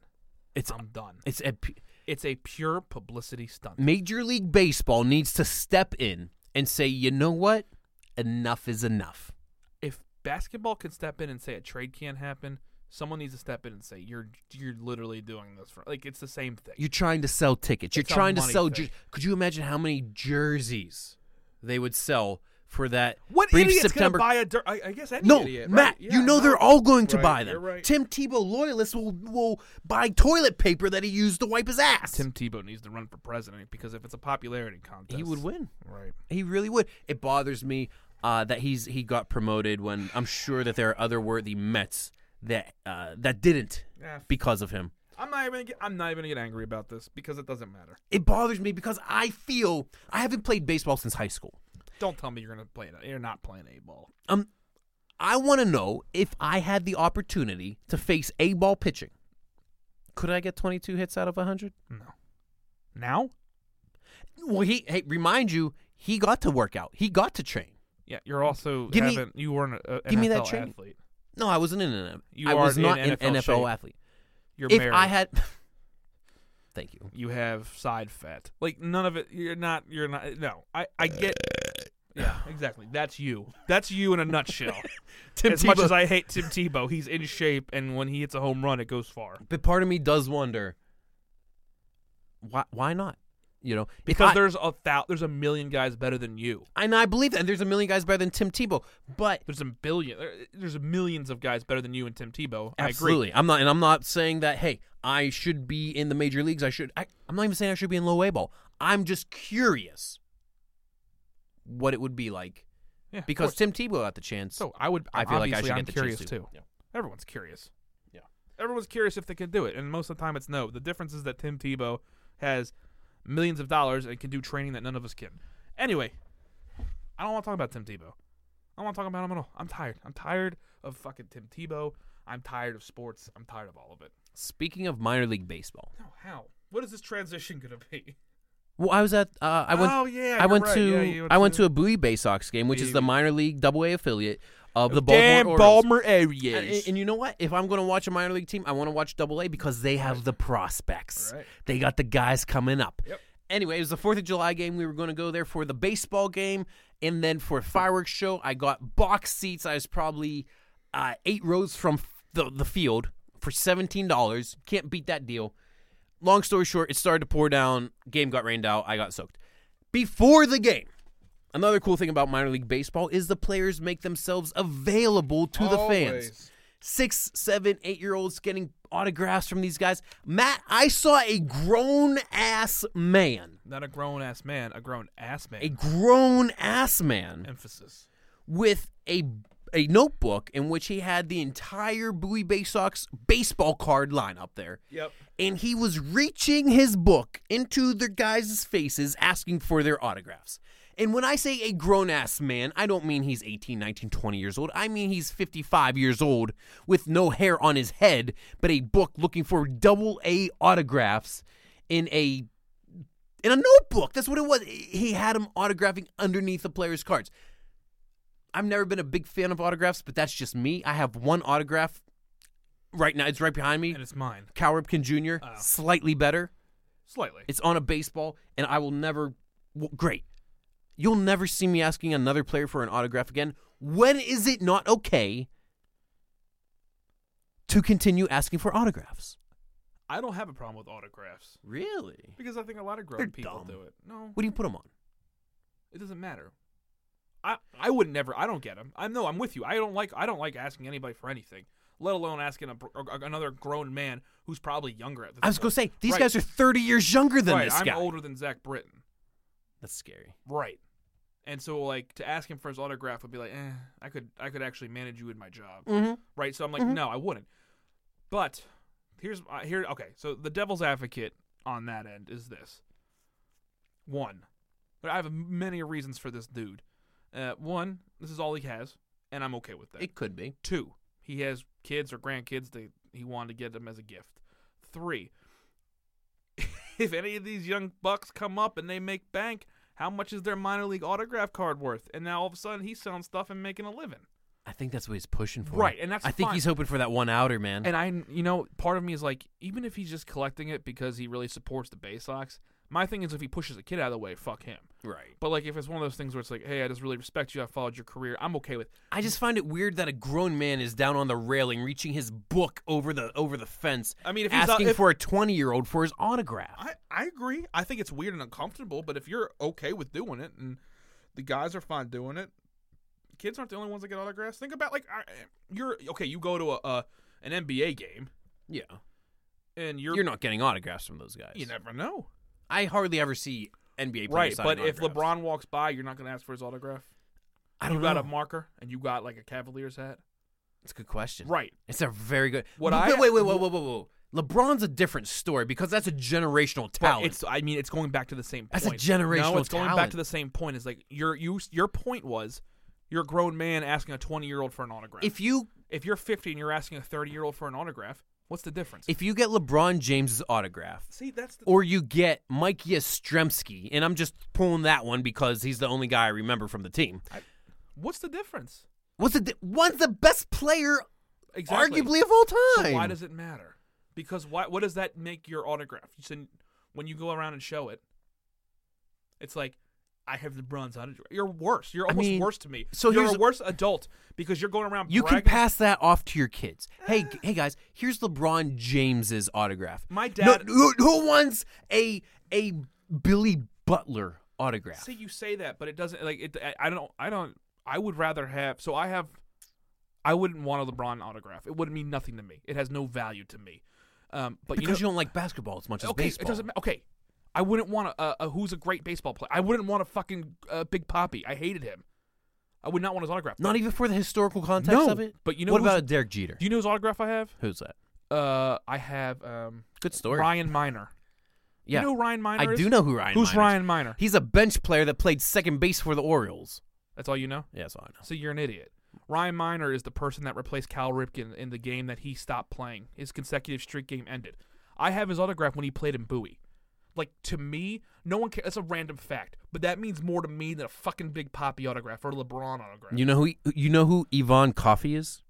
It's I'm done. it's a, p- It's a pure publicity stunt. Major League Baseball needs to step in and say, "You know what? Enough is enough." if basketball can step in and say a trade can't happen, someone needs to step in and say you're you're literally doing this for like it's the same thing. You're trying to sell tickets. You're It's a trying to money sell thing. jer- Could you imagine how many jerseys they would sell for that What brief idiot's September. gonna buy a dirt? I, I guess any No, idiot, right? Matt, Yeah, you know no. they're all going to Right, buy them. you're right. Tim Tebow loyalists will will buy toilet paper that he used to wipe his ass. Tim Tebow needs to run for president because if it's a popularity contest, he would win. Right. He really would. It bothers me uh, that he's he got promoted when I'm sure that there are other worthy Mets that uh, that didn't Yeah. because of him. I'm not even. Gonna get, I'm not even gonna get angry about this because it doesn't matter. It bothers me because I feel I haven't played baseball since high school. Don't tell me you're gonna play. it. You're not playing a ball. Um, I want to know if I had the opportunity to face a ball pitching, could I get 22 hits out of 100? No. Now? Well, he hey, remind you, he got to work out. He got to train. Yeah. You're also Give me- haven't. you weren't a, a give me that NFL training. athlete. No, I wasn't in an. You I are was in not an NFL NFL shape. athlete. You're if married. I had, *laughs* thank you. you have side fat. Like none of it. You're not. You're not. No. I. I get. Yeah, exactly. That's you. That's you in *laughs* a nutshell. Tim as much as I hate Tim Tebow, he's in shape, and when he hits a home run, it goes far. but part of me does wonder why why not? You know, if Because I- there's a thou- there's a million guys better than you. and I believe that and there's a million guys better than Tim Tebow, but There's a billion. there- There's millions of guys better than you and Tim Tebow. I agree. absolutely, I'm not, and I'm not saying that. Hey, I should be in the major leagues. I should. I, I'm not even saying I should be in low A ball. I'm just curious what it would be like Yeah, of because course. Tim Tebow got the chance. so I would. I feel like I obviously should I'm get the curious chance too. Yeah. Everyone's curious. Yeah. Everyone's curious if they can do it, and most of the time it's no. The difference is that Tim Tebow has millions of dollars and can do training that none of us can. Anyway, I don't want to talk about Tim Tebow. I don't want to talk about him at all. I'm tired. I'm tired of fucking Tim Tebow. I'm tired of sports. I'm tired of all of it. Speaking of minor league baseball, No, how? What is this transition gonna be? well, I was at. Uh, I went. oh yeah, I you're went right. to Yeah, you I went to a Bowie Bay Sox game, which is the Bowie. minor league Double A affiliate of the damn Baltimore Orioles. Balmer areas. And, and- and you know what? If I'm going to watch a minor league team, I want to watch Double A because they have the prospects. Right. They got the guys coming up. Yep. Anyway, it was the Fourth of July game. We were going to go there for the baseball game, and then for a fireworks show. I got box seats. I was probably uh, eight rows from f- the the field for seventeen dollars. Can't beat that deal. Long story short, it started to pour down. Game got rained out. I got soaked. Before the game, another cool thing about minor league baseball is the players make themselves available to the fans Always. six, seven, eight year olds getting autographs from these guys. Matt, I saw a grown ass man, Not a grown ass man, a grown ass man. a grown ass man Emphasis. with a a notebook in which he had the entire Bowie Bay Sox baseball card lineup there. Yep. And he was reaching his book into their guys' faces asking for their autographs. And when I say a grown ass man, I don't mean he's 18, 19, 20 years old. I mean he's 55 years old with no hair on his head, but a book looking for double A autographs in a in a notebook. That's what it was. He had him autographing underneath the player's cards. I've never been a big fan of autographs, but that's just me. I have one autograph right now. It's right behind me. And it's mine. Cal Ripken Jr. Oh. slightly better. Slightly. It's on a baseball, and I will never. w great. You'll never see me asking another player for an autograph again. When is it not okay to continue asking for autographs? I don't have a problem with autographs Really? because I think a lot of grown They're people dumb. do it. No, What do you put them on? it doesn't matter. I I would never. I don't get them. I know. I'm with you. I don't like. I don't like asking anybody for anything. Let alone asking a, br- a- another grown man who's probably younger at this I was going gonna say to these guys are 30 years younger than right, this I'm guy. older than Zach Britton. That's scary. Right. And so like to ask him for his autograph would be like, eh, I could I could actually manage you in my job. Mm-hmm. right? So I'm like, no, I wouldn't. But here's uh, here. Okay, so the devil's advocate on that end is this. One, I have many reasons for this dude. Uh, one, this is all he has, and I'm okay with that. It could be. Two, he has kids or grandkids that he wanted to get them as a gift. Three, *laughs* if any of these young bucks come up and they make bank, how much is their minor league autograph card worth? And now all of a sudden he's selling stuff and making a living. I think that's what he's pushing for. Right, and that's I think fine. he's hoping for that one outer, man. And I, you know, part of me is like, even if he's just collecting it because he really supports the Bay Sox, my thing is if he pushes a kid out of the way, fuck him. right. But like, if it's one of those things where it's like, hey, I just really respect you, I followed your career, I'm okay with. I just find it weird that a grown man is down on the railing, reaching his book over the over the fence. I mean, if he's asking if- for a twenty year old for his autograph. I I agree. I think it's weird and uncomfortable, but if you're okay with doing it, and The guys are fine doing it. Kids aren't the only ones that get autographs. Think about like I, you're okay. You go to a uh, an NBA game Yeah. and you're, You're, not getting autographs from those guys. you never know, I hardly ever see NBA players right? signing But if autographs. LeBron walks by, you're not gonna ask for his autograph. I don't You know. got a marker and you got like a Cavaliers hat, It's a good question. right? It's a very good. What wait, I- wait, wait, wait, wait, wait, wait. LeBron's a different story because that's a generational But talent. it's I mean it's going back to the same point. That's a generational No, it's going back talent. to the same point. Is like your you your point was you're a grown man asking a 20 year old for an autograph. if you if you're 50 and you're asking a 30 year old for an autograph, what's the difference? if you get LeBron James's autograph, See, that's the, or you get Mike Yastrzemski, and I'm just pulling that one because he's the only guy I remember from the team. what's the difference? What's the di- one's the best player, Exactly. arguably of all time. So why does it matter? Because why? What does that make your autograph? You said when you go around and show it, it's like I have LeBron's autograph. You're worse. You're I almost mean, worse to me. so you're here's- a worse adult because you're going around. you can bragging. pass that off to your kids? Hey, g- hey guys, here's LeBron James's autograph. Eh. My No, dad. who, who wants a a Billy Butler autograph? See, you say that, but it doesn't. Like it. I- I don't. I don't. I would rather have. So I have. I wouldn't want a LeBron autograph. It wouldn't mean nothing to me. It has no value to me. Um, but you know, because you, don't like basketball as much as okay, baseball. it doesn't. ma- Okay, I wouldn't want a, a, a who's a great baseball player. I wouldn't want a fucking uh, Big Poppy. I hated him. I would not want his autograph. Not even for the historical context No, of it. but you know what who's- about a Derek Jeter? Do you know his autograph I have? Who's that? Uh, I have um Good story. Ryan Miner. yeah, You know who Ryan Miner? I is? do know who Ryan. Who's Miner is. Ryan Miner? He's a bench player that played second base for the Orioles. That's all you know. Yeah, that's all I know. So you're an idiot. Ryan Miner is the person that replaced Cal Ripken in the game that he stopped playing. His consecutive streak game ended. I have his autograph when he played in Bowie. Like to me, no one cares. That's a random fact, but that means more to me than a fucking Big Poppy autograph or a LeBron autograph. You know who you know who Yvonne Coffee is?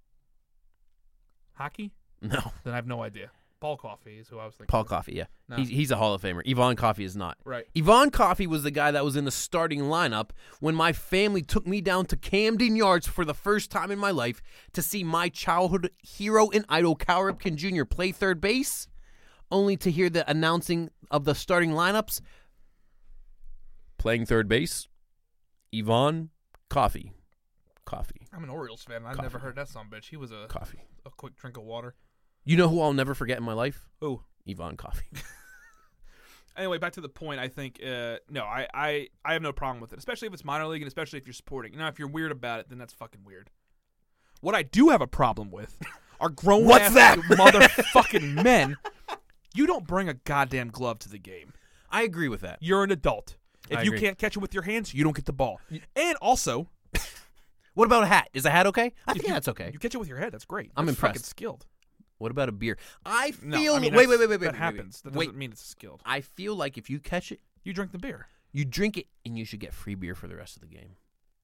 Hockey? *laughs* No, Then I have no idea. Paul Coffey is who I was thinking. Paul Coffee. Yeah, No. he's, he's a Hall of Famer. Yvonne Coffee is not. Right. Yvonne Coffee was the guy that was in the starting lineup when my family took me down to Camden Yards for the first time in my life to see my childhood hero and idol Cal Ripken Jr. play third base, only to hear the announcing of the starting lineups. Playing third base, Yvonne Coffee, Coffee, I'm an Orioles fan. I've never Coffey. heard that son of a bitch. He was a, Coffee. a quick drink of water. You know who I'll never forget in my life? Ooh. Yvonne Coffee. Anyway, back to the point. I think uh, no, I, I I have no problem with it, especially if it's minor league and especially if you're supporting. Now, if you're weird about it, then that's fucking weird. What I do have a problem *laughs* with are grown What's ass *laughs* that? motherfucking men. You don't bring a goddamn glove to the game. *laughs* I agree with that. You're an adult. If I you agree. can't catch it with your hands, you don't get the ball. And also, What about a hat? Is a hat okay? I if think you- that's okay. You catch it with your head. That's great. I'm That's Fucking impressed. skilled. What about a beer? I feel. No, I mean, wait, that's- wait, wait, wait, wait. That wait, happens. Wait. That wait. doesn't mean it's skilled. I feel like if you catch it, You drink the beer. you drink it, and you should get free beer for the rest of the game.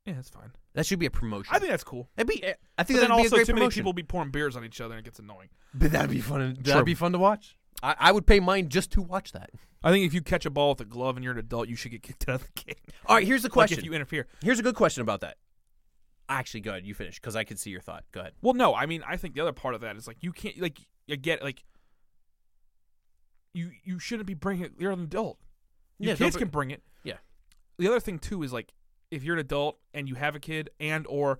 Yeah, that's fine. That should be a promotion. I think that's cool. that'd be. eh, I But think then that'd be a also, great too many promotion. people be pouring beers on each other, and it gets annoying. but that'd be fun. True. That'd be fun to watch. I, I would pay mine just to watch that. I think if you catch a ball with a glove and you're an adult, you should get kicked out of the game. *laughs* All right, here's the Like question. if you interfere. here's a good question about that. Actually, go ahead. You finish because I could see your thought. Go ahead. Well, no, I mean, I think the other part of that is like you can't like you get like you you shouldn't be bringing it. You're an adult. Your Yeah, don't kids br- can bring it. Yeah. The other thing too is like if you're an adult and you have a kid and or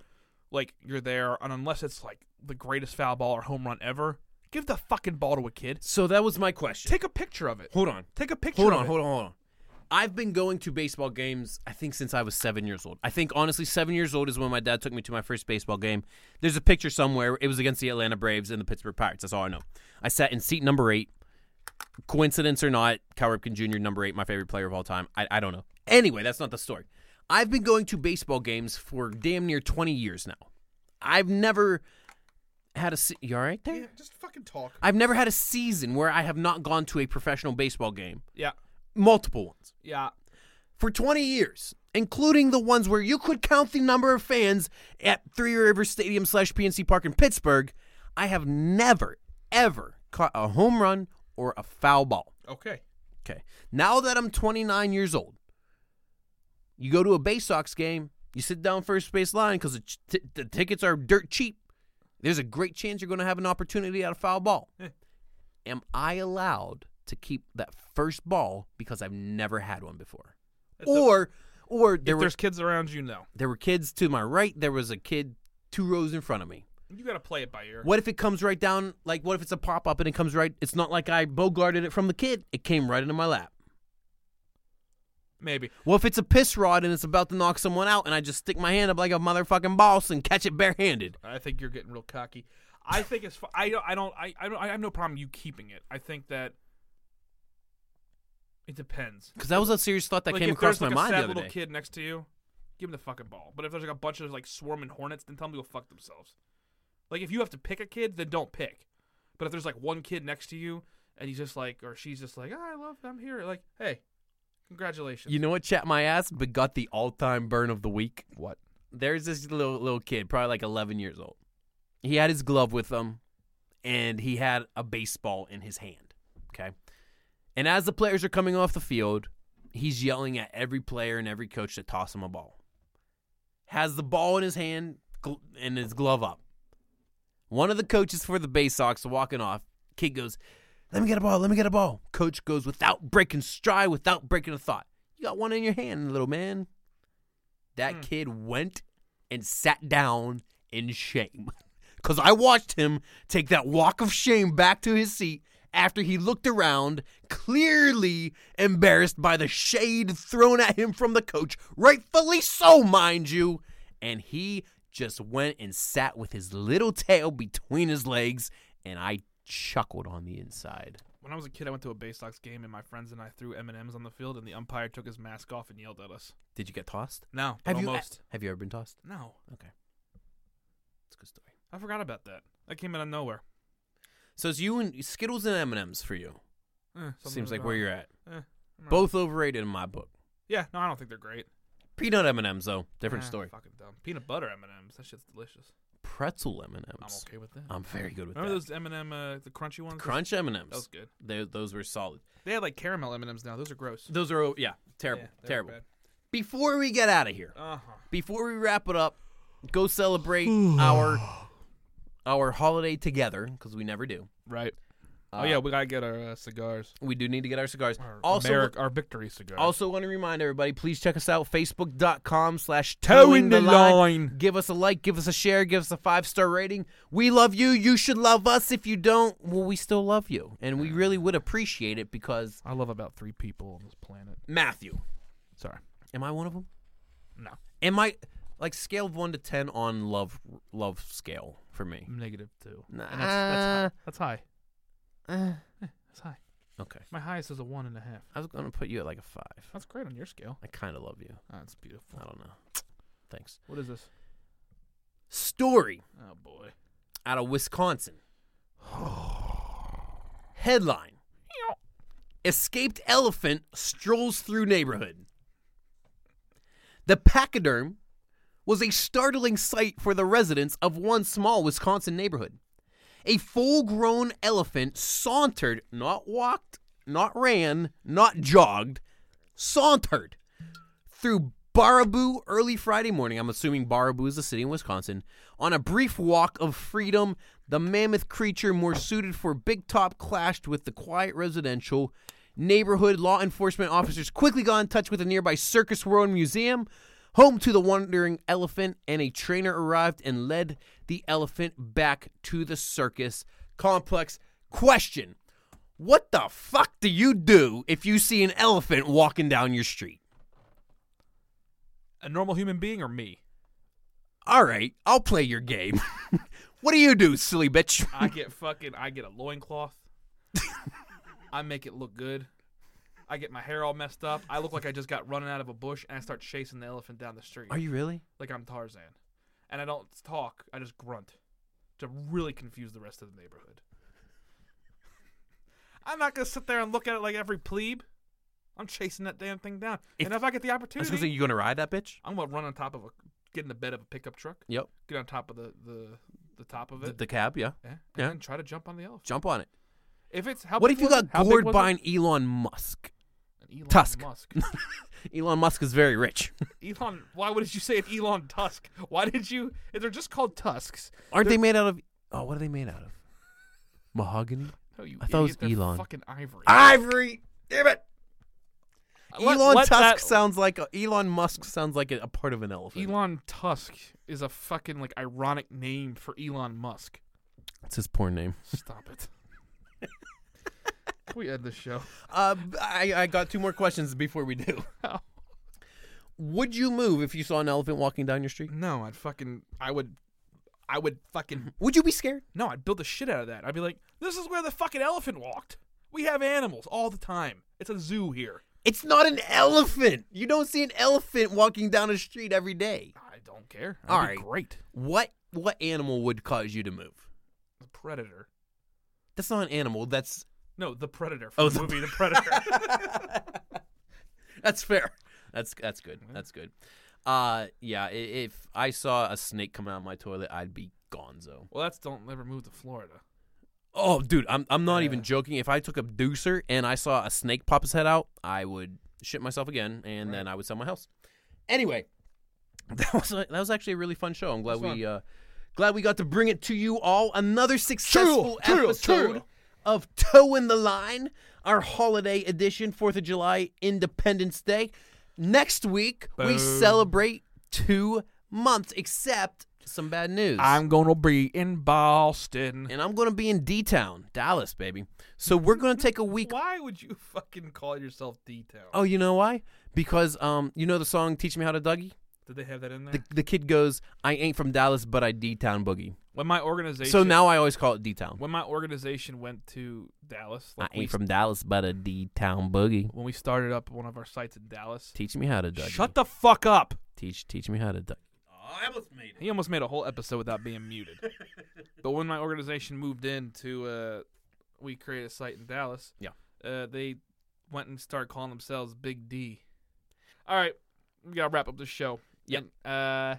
like you're there and unless it's like the greatest foul ball or home run ever, give the fucking ball to a kid. So that was my question. Take a picture of it. hold on. Take a picture. Hold of on. it. Hold on. Hold on. I've been going to baseball games, I think, since I was seven years old. I think, honestly, seven years old is when my dad took me to my first baseball game. There's a picture somewhere. It was against the Atlanta Braves and the Pittsburgh Pirates. That's all I know. I sat in seat number eight. Coincidence or not, Cal Ripken Jr., number eight, my favorite player of all time. I, I don't know. Anyway, that's not the story. I've been going to baseball games for damn near 20 years now. I've never had a. se- You all right there? Just fucking talk. I've never had a season where I have not gone to a professional baseball game, Yeah. multiple ones Yeah. for 20 years, including the ones where you could count the number of fans at Three River Stadium slash PNC Park in Pittsburgh, I have never, ever caught a home run or a foul ball. Okay. Okay. Now that I'm 29 years old, you go to a Bay Sox game, you sit down first base line because the, ch- t- the tickets are dirt cheap. There's a great chance you're going to have an opportunity at a foul ball. *laughs* Yeah. Am I allowed to keep that first ball because I've never had one before? That's the- or Or If there were there's kids around you, no. there were kids to my right. There was a kid two rows in front of me. You gotta play it by ear. What if it comes right down? Like, what if it's a pop up and it comes right? It's not like I bogarted it from the kid. It came right into my lap. Maybe. Well, if it's a piss rod and it's about to knock someone out, and I just stick my hand up like a motherfucking boss and catch it barehanded. I think you're getting real cocky. I think it's. fu- I don't. I don't. I. I, don't, I have no problem you keeping it. I think that it depends. Because that was a serious thought that like came if across there's, my like, mind a sad the other little day. kid next to you, give him the fucking ball. But if there's like a bunch of like swarming hornets, then tell them to go fuck themselves. Like if you have to pick a kid, then don't pick. But if there's like one kid next to you and he's just like, or she's just like, "Ah, I love, I'm here. Like, hey, congratulations. You know what, chat my ass, but got the all time burn of the week. what? there's this little little kid, probably like 11 years old. He had his glove with him, and he had a baseball in his hand. Okay, and as the players are coming off the field, he's yelling at every player and every coach to toss him a ball. Has the ball in his hand gl- and his glove up. One of the coaches for the Bay Sox walking off. Kid goes, "Let me get a ball. Let me get a ball." Coach goes without breaking stride, without breaking a thought. You got one in your hand, little man. That Hmm. kid went and sat down in shame. *laughs* Because I watched him take that walk of shame back to his seat after he looked around, clearly embarrassed by the shade thrown at him from the coach, rightfully so, mind you. And he just went and sat with his little tail between his legs, and I chuckled on the inside. When I was a kid, I went to a Bay Sox game and my friends and I threw M and M's on the field, and the umpire took his mask off and yelled at us. Did you get tossed? No, but you e-, uh, almost. have you ever been tossed? no, It's a good story. I forgot about that. That came out of nowhere. So it's you and Skittles and M and M's for you. Eh, something Eh, Seems was like wrong. where you're at. Alright. Both overrated in my book. Yeah, no, I don't think they're great. Peanut M and M's though, different Eh, story. Fucking dumb. Peanut butter M and M's. That shit's delicious. Pretzel M and I'm M's. okay with that. I'm very good with Remember that. those M and M, uh, the crunchy ones? Crunch M and That was M's. good. Those were solid. They had like caramel M and M's now. Those are gross. Those are oh, yeah terrible, Yeah, they were terrible. bad. Before we get out of here, Uh-huh. before we wrap it up, go *sighs* celebrate our our holiday together because we never do. Right. Uh, oh yeah, we gotta get our uh, cigars. we do need to get our cigars. Our also, Ameri- our victory cigars. also want to remind everybody, please check us out Facebook.com/slash Towing the line. Give us a like, give us a share, give us a five star rating. We love you. You should love us. If you don't, well, we still love you, and we really would appreciate it because I love about three people on this planet. Matthew, Sorry. am I one of them? No. Am I like scale of one to ten on love love scale for me? Negative two. Nah. And that's, that's high. Uh, That's high. okay, My highest is a one and a half. I was gonna put you at like a five. That's great on your scale. I kind of love you. That's Ah, beautiful. I don't know. Thanks. What is this? Story Oh boy. out of Wisconsin. *sighs* Headline. Escaped elephant strolls through neighborhood. The pachyderm was a startling sight for the residents of one small Wisconsin neighborhood. A full grown elephant sauntered, not walked, not ran, not jogged, sauntered through Baraboo early Friday morning. I'm assuming Baraboo is a city in Wisconsin. On a brief walk of freedom, the mammoth creature, more suited for big top, clashed with the quiet residential neighborhood. Law enforcement officers quickly got in touch with the nearby Circus World Museum, home to the wandering elephant, and a trainer arrived and led the elephant back to the circus complex. Question. What the fuck do you do if you see an elephant walking down your street? A normal human being or me? All right, I'll play your *laughs* game. what do you do, silly bitch? I get fucking I get a loincloth. *laughs* I make it look good. I get my hair all messed up. I look like I just got running out of a bush and I start chasing the elephant down the street Are you really? like I'm Tarzan. And I don't talk, I just grunt to really confuse the rest of the neighborhood. *laughs* I'm not going to sit there and look at it like every plebe. I'm chasing that damn thing down. If- and if I get the I was gonna say opportunity, you gonna ride that bitch. I'm going to run on top of a get in the bed of a pickup truck, Yep. get on top of the the, the top of The, it. the cab, yeah. yeah, and yeah. then try to jump on the elephant. Jump on it. If it's how what big if you was got it? How big gored was by it? an Elon Musk? An Elon Tusk. Musk? *laughs* Elon Musk is very *laughs* rich. Elon, why would you say an Elon Tusk? Why did you? They're just called tusks. Aren't they made out of? Oh, what are they made out of? Mahogany. No, you I thought it was idiot. They're Elon. Fucking ivory. Ivory. Damn it. Let- Elon let Tusk that- sounds like a, Elon Musk sounds like a, a part of an elephant. Elon Tusk is a fucking like ironic name for Elon Musk. It's his porn name. Stop *laughs* it. Can we end this show? Uh, b- I, I got two more questions before we *laughs* do. Oh. Would you move if you saw an elephant walking down your street? No, I'd fucking I would I would fucking Would you be scared? No, I'd build the shit out of that. I'd be like, this is where the fucking elephant walked. We have animals all the time. It's a zoo here. It's not an elephant. You don't see an elephant walking down a street every day. I don't care. All That'd be right. great. What what animal would cause you to move? The predator. That's not an animal. That's No, the predator Oh, from the *laughs* movie The Predator. that's fair. That's that's good. That's good. Uh, yeah. i- If I saw a snake come out of my toilet, I'd be gonzo. well, that's don't ever move to Florida. Oh, dude, I'm I'm not even Yeah. joking. If I took a deucer and I saw a snake pop his head out, I would shit myself again, and then I would sell my house. Anyway, *laughs* that was a, that was actually a really fun show. I'm glad was we uh, glad we got to bring it to you all. Another successful True, true, episode true. of Toe in the Line, our holiday edition, Fourth of July, Independence Day. Next week we Boom. celebrate two months, except some bad news I'm going to be in Boston. and I'm going to be in D Town, Dallas, baby. So we're going to take a week. Why would you fucking call yourself D-Town? Oh, you know why? Because um, you know the song "Teach Me How to Dougie." Did they have that in there? The, the kid goes, "I ain't from Dallas, but I D Town boogie." when my organization So now I always call it D Town. when my organization went to Dallas, I like we, ain't from Dallas, but a D Town boogie. when we started up one of our sites in Dallas. Teach me how to Dougie. Shut the fuck up. Teach, teach me how to Dougie. He Oh, almost made a whole episode without being *laughs* muted. but when my organization moved in to, uh, we created a site in Dallas. Yeah. Uh, they went and started calling themselves Big D. All right, we gotta wrap up this show. Yep. And, uh,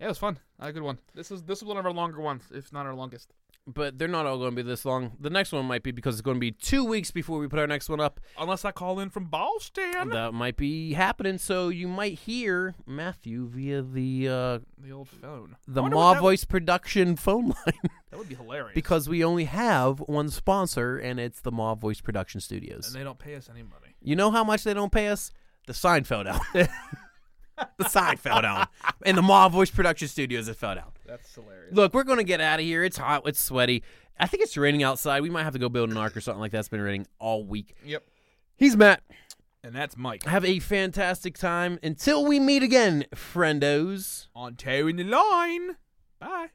yeah, it was fun. A good one. This is this is one of our longer ones, if not our longest. But they're not all going to be this long. The next one might be because it's going to be two weeks before we put our next one up. Unless I call in from Boston. The, That might be happening, so you might hear Matthew via the uh, old phone. the I wonder Ma what that, would- Voice Production phone line. That would be hilarious. because we only have one sponsor, and it's the Mob Voice Production and Studios. they don't pay us any money. You know how much they don't pay us? The sign fell *laughs* down. the sign fell down, and the Mob Voice Production Studios it fell down. That's hilarious. Look, we're gonna get out of here. It's hot. It's sweaty. I think it's raining outside. We might have to go build an ark or something like that. It's been raining all week. Yep. He's Matt. And that's Mike Have a fantastic time until we meet again, friendos. on Toe in the Line. Bye.